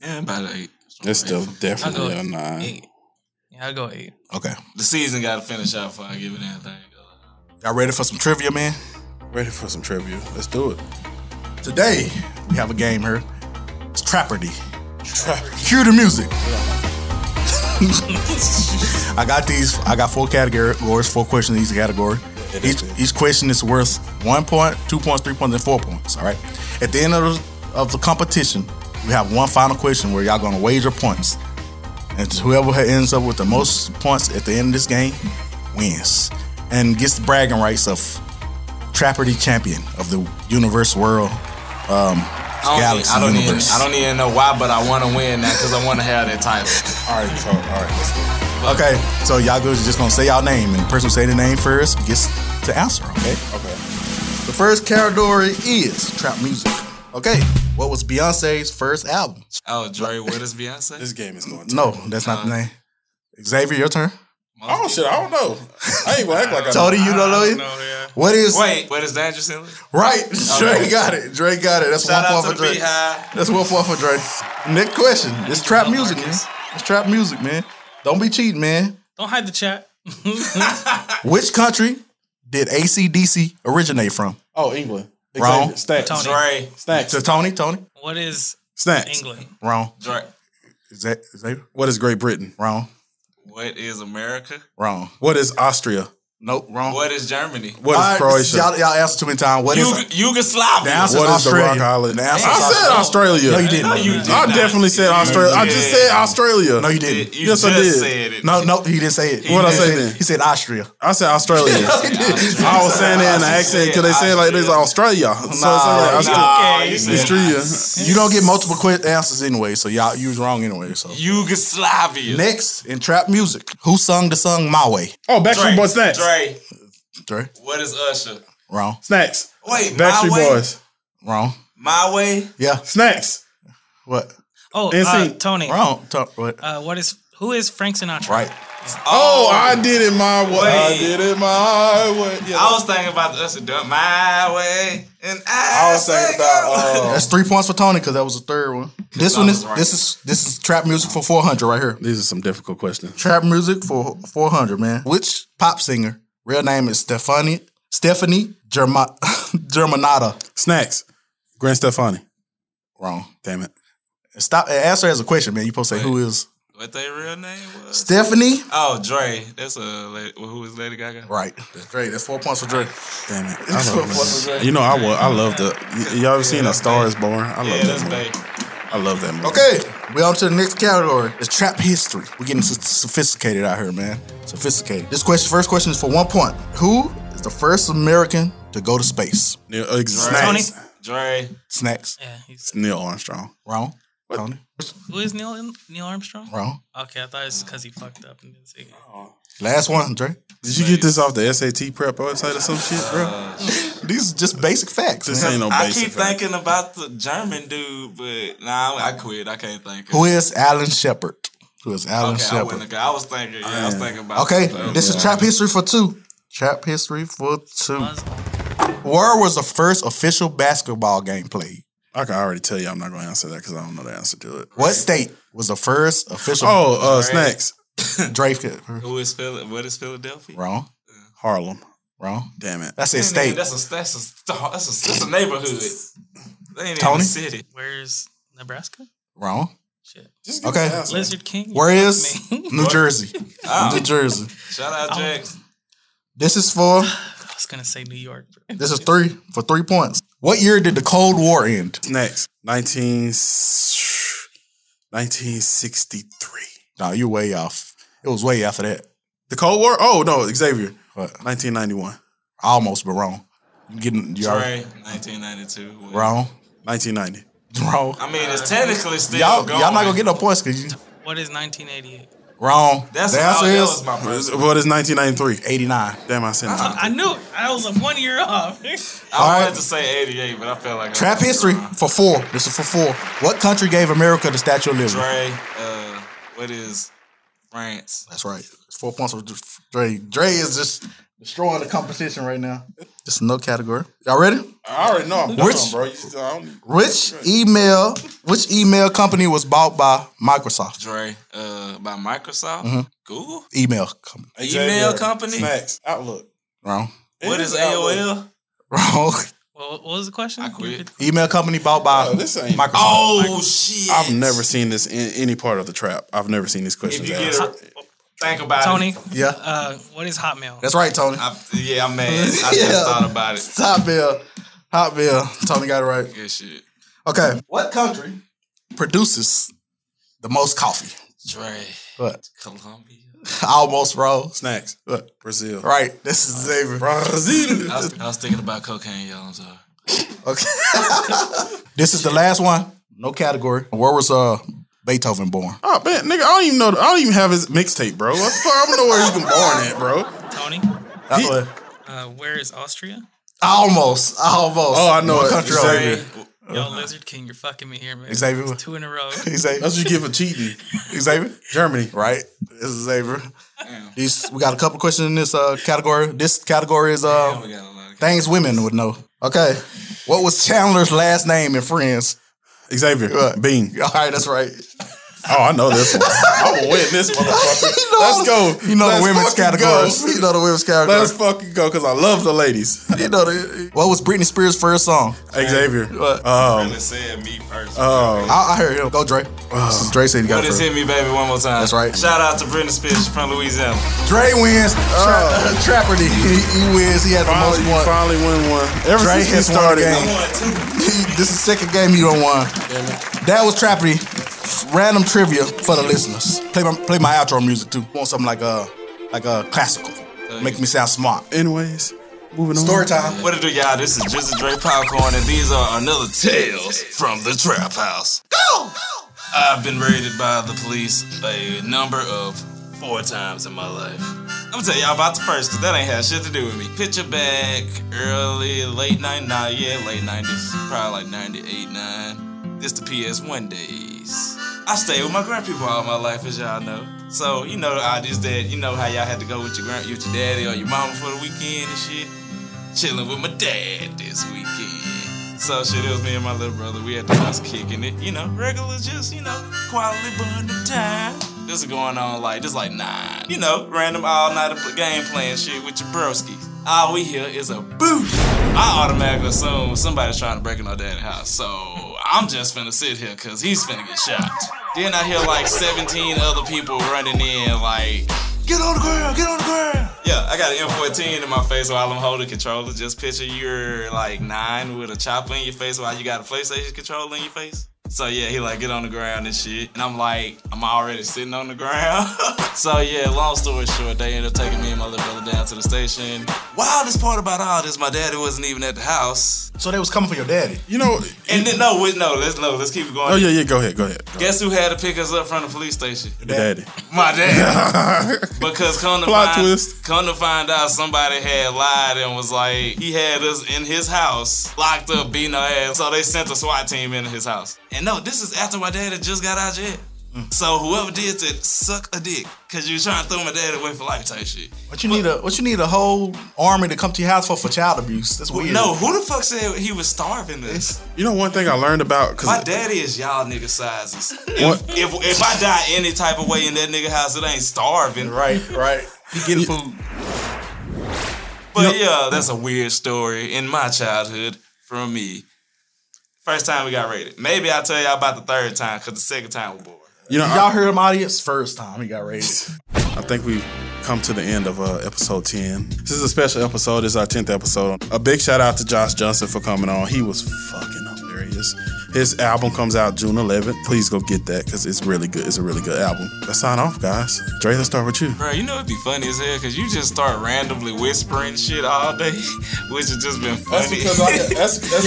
Speaker 4: Yeah, about an eight.
Speaker 3: It's still
Speaker 4: I'll
Speaker 3: definitely
Speaker 4: go
Speaker 3: a nine.
Speaker 4: eight. Yeah, I'll go eight.
Speaker 6: Okay.
Speaker 4: The season got to finish out before I give it anything.
Speaker 6: Y'all ready for some trivia, man?
Speaker 3: Ready for some trivia? Let's do it.
Speaker 6: Today, we have a game here. It's Trapperty. Cue the music. I got these. I got four categories, four questions in each category. Each, each question is worth one point, two points, three points, and four points. All right. At the end of the, of the competition, we have one final question where y'all gonna wager points, and whoever ha- ends up with the most points at the end of this game wins and gets the bragging rights of Trapperty champion of the universe world. Um,
Speaker 4: I don't, e,
Speaker 6: galaxy
Speaker 4: I don't even,
Speaker 6: universe.
Speaker 4: I don't even know why, but I want to win that because I want to have that title.
Speaker 3: all right, so, all right, let's do it.
Speaker 6: Okay, so y'all girls are just gonna say y'all name, and the person who say the name first gets to answer. Okay.
Speaker 3: Okay.
Speaker 6: The first category is trap music. Okay. What was Beyonce's first album?
Speaker 4: Oh, Dre, what is Beyonce? This
Speaker 3: game is going.
Speaker 6: No, that's not
Speaker 4: Uh-huh.
Speaker 6: the name. Xavier, your turn.
Speaker 3: Oh shit, I don't know. I ain't gonna act like I
Speaker 6: Tony, you don't know it. What is?
Speaker 4: Wait, what is Dangerous in Love?
Speaker 6: Right,
Speaker 4: Okay.
Speaker 6: Dre got it. Dre got it. That's
Speaker 4: Shout
Speaker 6: one point
Speaker 4: out to
Speaker 6: for Dre.
Speaker 4: the Beehive.
Speaker 6: That's one point for Dre. Next question. It's trap music, man. It's trap music, man. Don't be cheating, man.
Speaker 5: Don't hide the chat.
Speaker 6: Which country did ACDC originate from?
Speaker 3: Oh, England.
Speaker 6: Wrong.
Speaker 3: Snacks.
Speaker 5: Tony.
Speaker 4: Dre.
Speaker 3: Snacks.
Speaker 6: To Tony, Tony.
Speaker 5: What is
Speaker 6: Snacks.
Speaker 5: England?
Speaker 6: Wrong.
Speaker 4: Dre.
Speaker 6: Is that, is that
Speaker 3: What is Great Britain?
Speaker 6: Wrong.
Speaker 4: What is America?
Speaker 6: Wrong.
Speaker 3: What is Austria?
Speaker 6: Nope. Wrong.
Speaker 4: What is Germany?
Speaker 3: What is Croatia?
Speaker 6: Y'all, y'all answered too many times. What is
Speaker 4: Yug- Yugoslavia.
Speaker 6: Oh, The answer's
Speaker 3: What is the
Speaker 6: Australia.
Speaker 3: Rock Island?
Speaker 6: The
Speaker 3: I
Speaker 6: answer's
Speaker 3: said Australia.
Speaker 6: No, you didn't.
Speaker 3: No, you did I not. definitely said You Australia. I just did. said Australia.
Speaker 6: No, you didn't.
Speaker 3: You Yes, I just did. said it.
Speaker 6: No, no, he didn't say it.
Speaker 3: He What'd I
Speaker 6: did.
Speaker 3: say then?
Speaker 6: He said Austria.
Speaker 3: I said Australia.
Speaker 6: Yeah, he did.
Speaker 3: I was saying that in the accent because they said like this Australia. So it's like Australia. Australia.
Speaker 6: You don't get multiple que- answers anyway, so y'all you was wrong anyway. So
Speaker 4: Yugoslavia.
Speaker 6: next in trap music, who sung the song "My Way"?
Speaker 3: Oh,
Speaker 4: Dre, Dre.
Speaker 6: Dre.
Speaker 4: What is Usher?
Speaker 6: Wrong.
Speaker 3: Snacks.
Speaker 4: Wait, Backstreet My Way? Boys.
Speaker 6: Wrong.
Speaker 4: My way.
Speaker 6: Yeah.
Speaker 3: Snacks.
Speaker 6: What?
Speaker 5: Oh,
Speaker 3: And
Speaker 5: uh,
Speaker 3: see-
Speaker 5: Tony.
Speaker 6: Wrong. what?
Speaker 5: Uh, what is who is Frank Sinatra?
Speaker 6: Right.
Speaker 3: Oh, I did it my way. I
Speaker 4: Wait.
Speaker 3: did it my way. Yeah.
Speaker 4: I was thinking about the Usher. done My way. And I,
Speaker 3: I was thinking about.
Speaker 4: Oh.
Speaker 3: Uh,
Speaker 6: That's three points for Tony because that was the third one. This
Speaker 3: I
Speaker 6: one
Speaker 3: was
Speaker 6: is
Speaker 3: right.
Speaker 6: this is this is trap music for four hundred right here.
Speaker 3: These are some difficult questions.
Speaker 6: Trap music for four hundred, man. Which pop singer? Real name is Stephanie Stephanie Germa, Germanata.
Speaker 3: Snacks. Gwen Stefani.
Speaker 6: Wrong.
Speaker 3: Damn it.
Speaker 6: Stop. Answer as a question, man. You supposed to say who is
Speaker 4: What their real name was?
Speaker 6: Stephanie?
Speaker 4: Oh, Dre. That's a la- who is Lady Gaga?
Speaker 6: right. That's Dre. That's four points for Dre.
Speaker 3: Damn it.
Speaker 6: That's
Speaker 3: I
Speaker 6: what
Speaker 3: love
Speaker 6: was
Speaker 3: that.
Speaker 6: that?
Speaker 3: You know, I, wa- I love the. y- Y'all ever seen A Star is Born? I love
Speaker 4: Yeah,
Speaker 3: that
Speaker 4: that's
Speaker 3: movie.
Speaker 4: Bay.
Speaker 3: I love that movie.
Speaker 6: Okay, we on to the next category. It's trap history. We're getting so- sophisticated out here, man. Sophisticated. This question, first question is for one point. Who is the first American to go to space?
Speaker 3: Neil, uh,
Speaker 6: Tony.
Speaker 3: snacks.
Speaker 4: Dre.
Speaker 6: Snacks.
Speaker 3: It's Neil Armstrong.
Speaker 6: Wrong. Tony.
Speaker 5: Who is Neil Neil Armstrong?
Speaker 6: Wrong.
Speaker 5: Okay, I thought it's because he fucked up and didn't sing it.
Speaker 6: Last one, Dre.
Speaker 3: Did you get this off the SAT prep website or some shit, bro?
Speaker 4: Uh,
Speaker 6: These are just basic facts.
Speaker 3: This
Speaker 6: man.
Speaker 3: ain't no
Speaker 4: I
Speaker 3: basic.
Speaker 4: keep thinking about the German dude, but nah, I quit. I can't think.
Speaker 6: Who is Alan Shepard? Who is Alan
Speaker 4: okay, I wouldn't
Speaker 6: Shepard?
Speaker 4: have. I was thinking. Yeah, I was thinking about.
Speaker 6: Okay,
Speaker 4: that.
Speaker 6: this is trap history for two. Trap history for two. Where was the first official basketball game played?
Speaker 3: I can already tell you I'm not going to answer that because I don't know the answer to it.
Speaker 6: What state was the first official?
Speaker 3: Oh, uh,
Speaker 4: Dre.
Speaker 3: snacks.
Speaker 6: Drake.
Speaker 4: Who is Phil? What is Philadelphia?
Speaker 6: Wrong.
Speaker 3: Harlem.
Speaker 6: Wrong.
Speaker 3: Damn it.
Speaker 6: That's his
Speaker 4: Man,
Speaker 6: state.
Speaker 4: That's a that's a st- that's a, that's a neighborhood. They ain't
Speaker 6: Tony?
Speaker 4: even a city.
Speaker 5: Where's Nebraska?
Speaker 6: Wrong.
Speaker 5: Shit.
Speaker 3: Just
Speaker 6: Okay.
Speaker 5: Lizard King.
Speaker 6: Where is
Speaker 5: Me. Oh,
Speaker 6: New Jersey?
Speaker 4: Oh.
Speaker 6: New Jersey.
Speaker 4: Shout out Jack.
Speaker 6: This is for
Speaker 5: I was gonna say New York.
Speaker 6: this is three for three points. What year did the Cold War end?
Speaker 3: Snacks. 19, 1963.
Speaker 6: No, you're way off. It was way after that.
Speaker 3: The Cold War? Oh, no, Xavier.
Speaker 6: What?
Speaker 3: 1991.
Speaker 6: Almost, but wrong. You getting you are
Speaker 4: Dre, 1992.
Speaker 6: wrong.
Speaker 3: 1990.
Speaker 6: Wrong.
Speaker 4: I mean, it's technically still
Speaker 6: Uh, Y'all,
Speaker 4: going.
Speaker 6: y'all not gonna get no points because you
Speaker 5: What is 1988?
Speaker 6: wrong.
Speaker 4: That's
Speaker 6: the
Speaker 4: how
Speaker 6: answer
Speaker 4: that
Speaker 6: is
Speaker 4: was Uh-huh. my first.
Speaker 3: What is 1993?
Speaker 6: 89.
Speaker 3: Damn, I said
Speaker 5: Uh, I knew it. I was like one year off.
Speaker 4: I wanted
Speaker 6: right.
Speaker 4: to say 88, but I felt like I
Speaker 6: Trap
Speaker 4: was
Speaker 6: history
Speaker 4: wrong.
Speaker 6: for four. This is for four. What country gave America the Statue of Liberty?
Speaker 4: Dre, uh, what is France?
Speaker 6: That's right. It's four points for Dre. Dre is just destroying the competition right now. It's no category. Y'all ready?
Speaker 3: I already know I'm
Speaker 6: Which-
Speaker 3: dumb, bro. You just- I don't-
Speaker 6: Which email? Which email company was bought by Microsoft?
Speaker 4: Dre, uh, by Microsoft,
Speaker 6: Mm-hmm.
Speaker 4: Google,
Speaker 6: Email company.
Speaker 4: email company.
Speaker 3: Snacks. Outlook.
Speaker 6: Wrong.
Speaker 4: What
Speaker 3: It is
Speaker 4: is
Speaker 3: Outlook.
Speaker 4: AOL?
Speaker 6: Wrong.
Speaker 5: Well, what was the question? I quit.
Speaker 6: Email company bought by
Speaker 3: Oh, this ain't-
Speaker 6: Microsoft.
Speaker 4: Oh shit!
Speaker 3: I've never seen this in any part of the trap. I've never seen these questions asked.
Speaker 4: think about
Speaker 5: Tony.
Speaker 4: it.
Speaker 6: Yeah.
Speaker 5: Uh, what is Hotmail?
Speaker 6: That's right, Tony.
Speaker 4: I, yeah, I'm mad. I just
Speaker 6: Yeah.
Speaker 4: thought about it.
Speaker 6: Hotmail. Hotmail. Tony got it right.
Speaker 4: Good shit.
Speaker 6: Okay. What country produces the most coffee?
Speaker 4: Dre.
Speaker 6: What?
Speaker 4: Colombia.
Speaker 6: Almost wrong.
Speaker 3: Snacks.
Speaker 6: What?
Speaker 3: Brazil.
Speaker 6: Right. This is Xavier.
Speaker 4: I was, I was thinking about cocaine, y'all. I'm sorry.
Speaker 6: This is the last one. No category. Where was uh Beethoven born?
Speaker 3: Oh man, nigga, I don't even know. I don't even have his mixtape, bro. What the fuck? I don't know where he's been born at, bro.
Speaker 5: Tony.
Speaker 6: That was-
Speaker 5: Uh, where is Austria?
Speaker 6: Almost. Almost.
Speaker 3: Oh, I know
Speaker 6: What
Speaker 3: it.
Speaker 6: country
Speaker 3: Xavier.
Speaker 6: over here?
Speaker 5: Yo, Lizard King, you're fucking me here, man.
Speaker 6: Xavier.
Speaker 5: It's two in a row.
Speaker 6: Xavier.
Speaker 3: That's what you get for cheating.
Speaker 6: Xavier.
Speaker 3: Germany.
Speaker 6: Right. This is Xavier. These we got a couple questions in this uh, category. This category is uh, things women would know. Okay. What was Chandler's last name in Friends?
Speaker 3: Xavier. Bean.
Speaker 6: All right, that's right.
Speaker 3: Oh, I know this one. I'm gonna win this motherfucker. Let's go.
Speaker 6: You know
Speaker 3: Let's
Speaker 6: the women's
Speaker 3: fucking
Speaker 6: categories.
Speaker 3: go.
Speaker 6: You know the women's
Speaker 3: Let's
Speaker 6: categories.
Speaker 3: fucking go, cause I love the ladies.
Speaker 6: You know the, what was Britney Spears' first song?
Speaker 3: Xavier.
Speaker 6: What?
Speaker 3: Um,
Speaker 4: said me first.
Speaker 6: I, I heard him. Go Dre.
Speaker 3: Uh,
Speaker 6: Uh, Dre said he got
Speaker 4: What
Speaker 6: it
Speaker 4: is
Speaker 6: first.
Speaker 4: hit me, baby, one more time.
Speaker 6: That's right.
Speaker 4: Shout out to Britney Spears from Louisiana.
Speaker 6: Dre wins. Tra- Trapperty. He, he wins. He has the
Speaker 3: Uh, Finally,
Speaker 6: most
Speaker 3: you
Speaker 6: one.
Speaker 3: finally win one. Ever
Speaker 6: Dre
Speaker 3: since we
Speaker 6: has won
Speaker 3: started,
Speaker 6: the game. this is the second game you don't won. That was Trapperty. Random trivia for the listeners. Play my play my outro music too. Want something like a like a classical. Make me sound smart.
Speaker 3: Anyways, moving on.
Speaker 6: Story time.
Speaker 4: What it do, y'all? This is Drizzy Dre Popcorn, and these are another Tales from the Trap House. Go! I've been raided by the police a number of four times in my life. I'm gonna tell y'all about the first, because that ain't had shit to do with me. Picture back early, late 90s, nah, yeah, late 90s, probably like 98, 9. This the PS1 days. I stayed with my grandpeople all my life, as y'all know. So, you know, I just did, you know how y'all had to go with your grand, with your daddy or your mama for the weekend and shit chilling with my dad this weekend. So shit, it was me and my little brother. We at the house kicking it, you know, regular, just you know, quality bonding time. This is going on like this, like nine, you know, random all night of game playing shit with your broskies. All we hear is a boosh. I automatically assume somebody's trying to break in our dad's house, so I'm just finna sit here cause he's finna get shot. Then I hear like 17 other people running in, like Get on the ground, get on the ground. yeah, I got an M14 in my face while I'm holding controller. Just picture you're like nine with a chopper in your face while you got a PlayStation controller in your face. So yeah, he like get on the ground and shit, and I'm like, I'm already sitting on the ground. so yeah, long story short, they end up taking me and my little brother down to the station. Wildest part about all this, my daddy wasn't even at the house.
Speaker 6: So they was coming for your daddy.
Speaker 3: You know,
Speaker 4: And then no, wait, no, let's no, let's keep it going.
Speaker 3: Oh yeah, yeah. Go ahead, go ahead.
Speaker 4: Guess who had to pick us up from the police station?
Speaker 3: Daddy.
Speaker 4: My dad. because come to
Speaker 3: Plot
Speaker 4: find,
Speaker 3: twist.
Speaker 4: come to find out, somebody had lied and was like he had us in his house, locked up, beating our ass. So they sent a SWAT team into his house. And no, this is after my dad had just got out of jail.
Speaker 3: Mm.
Speaker 4: So whoever did that, suck a dick, cause you trying to throw my dad away for life type shit.
Speaker 6: What you need a what you need a whole army to come to your house for for child abuse? That's weird.
Speaker 4: No, who the fuck said he was starving us?
Speaker 3: You know one thing I learned about because
Speaker 4: My daddy is y'all nigga sizes.
Speaker 3: What?
Speaker 4: If, if if I die any type of way in that nigga house, it ain't starving.
Speaker 6: Right, right. He getting food.
Speaker 4: But yeah, that's a weird story in my childhood from me. First time we got raided. Maybe I'll tell y'all about the third time because the second time was bored.
Speaker 3: You know,
Speaker 6: y'all heard him audience first time he got raised.
Speaker 3: I think we've come to the end of uh, episode 10. This is a special episode. This is our 10th episode. A big shout out to Josh Johnson for coming on. He was fucking hilarious. His album comes out June 11th. Please go get that because it's really good. It's a really good album. Let's sign off, guys. Dre, let's start with you.
Speaker 4: Bro, you know it'd be funny as hell because you just start randomly whispering shit all day, which has just been funny.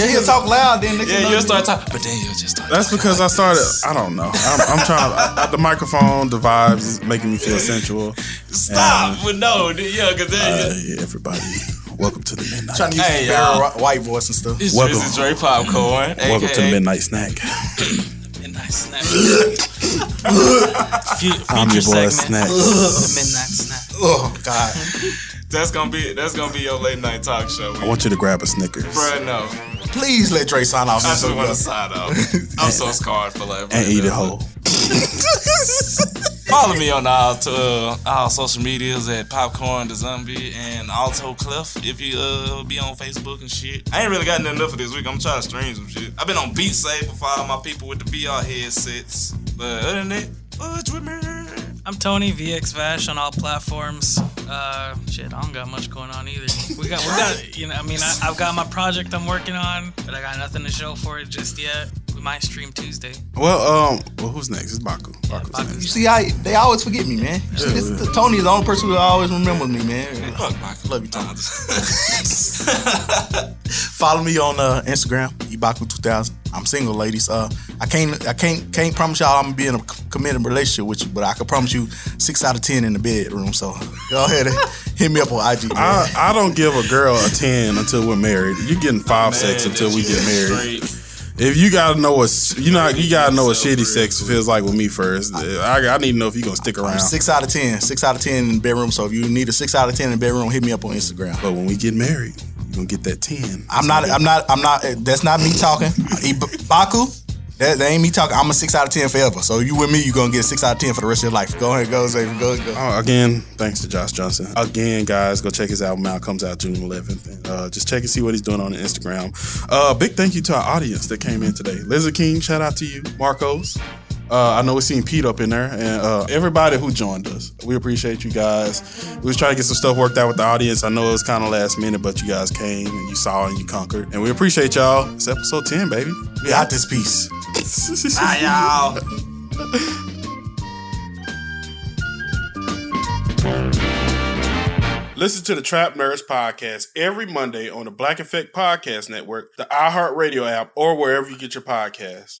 Speaker 6: yeah, he'll talk loud then. nigga.
Speaker 4: yeah, you'll start talking, but then you'll just talk.
Speaker 3: That's because I started. I don't know. I'm, I'm trying to. I, I- the microphone, the vibes is making me feel sensual.
Speaker 4: Stop! But no, dude, yeah, because then.
Speaker 3: Uh, yeah, everybody, welcome to the midnight.
Speaker 6: Trying to use
Speaker 4: Hey,
Speaker 6: his barrel
Speaker 4: y'all.
Speaker 6: white voice and stuff.
Speaker 4: it's
Speaker 3: Welcome.
Speaker 4: Drizzy Dre Popcorn.
Speaker 3: Welcome to the
Speaker 4: aka
Speaker 3: midnight snack.
Speaker 5: Midnight snack.
Speaker 3: I'm your boy Snack.
Speaker 5: Midnight snack.
Speaker 6: Oh God.
Speaker 4: That's gonna be that's gonna be your late night talk show.
Speaker 3: I want you to grab a Snickers.
Speaker 4: Bro, no.
Speaker 6: Please let Dre sign
Speaker 4: I
Speaker 6: off.
Speaker 4: just want to side out. I'm so scarred for life.
Speaker 3: and eat it whole.
Speaker 4: Follow me on all to, uh, all social medias at Popcorn the Zombie and Alto Clef if you uh, be on Facebook and shit. I ain't really got nothing up for this week. I'm trying to stream some shit. I've been on Beat Safe for all my people with the VR headsets. But other than that, uh, it's with me.
Speaker 5: I'm Tony VX Vash on all platforms. Uh, shit, I don't got much going on either. We got, we got, you know, I mean, I, I've got my project I'm working on, but I got nothing to show for it just yet. We might stream Tuesday.
Speaker 3: Well, um, well, who's next? It's Baku. Baku's
Speaker 6: You see, I they always forget me, man. You see, this- this- Tony is the only person who always remembers me, man.
Speaker 4: Fuck,
Speaker 6: Love you, Tony. Follow me on uh, Instagram, Ibaku2000. I'm single, ladies. Uh, I can't, I can't, can't promise y'all I'm gonna be in a c- committed relationship with you, but I can promise you six out of ten in the bedroom. So go ahead and hit me up on IG. man.
Speaker 3: I, I don't give a girl a 10 until we're married. You're getting five sex until we get married. If you gotta know what you know, you gotta know what shitty sex feels like with me first. I, I need to know if you gonna stick around.
Speaker 6: I'm six out of ten. Six out of ten in the bedroom. So if you need a six out of ten in the bedroom, hit me up on Instagram.
Speaker 3: But when we get married, you gonna get that ten.
Speaker 6: I'm not. I'm not. I'm not. eh, That's not me talking. Ib- Baku. That, that ain't me talking. I'm a six out of ten forever. So you with me, you gonna get six out of ten for the rest of your life. Go ahead, go, Xavier. Go, go.
Speaker 3: Uh, again, thanks to Josh Johnson. Again, guys, go check his album out. Comes out June 11th. And, uh, just check and see what he's doing on the Instagram. Uh, big thank you to our audience that came in today. Lizard King, shout out to you. Marcos. Uh, I know we seen Pete up in there, and uh, everybody who joined us, we appreciate you guys. We was trying to get some stuff worked out with the audience. I know it was kind of last minute, but you guys came and you saw and you conquered, and we appreciate y'all. It's episode ten, baby. We out this piece.
Speaker 4: Bye,
Speaker 13: Ah,
Speaker 4: y'all.
Speaker 3: Listen to the Trap Nerds podcast every Monday on the Black Effect Podcast Network, the iHeartRadio app, or wherever you get your podcasts.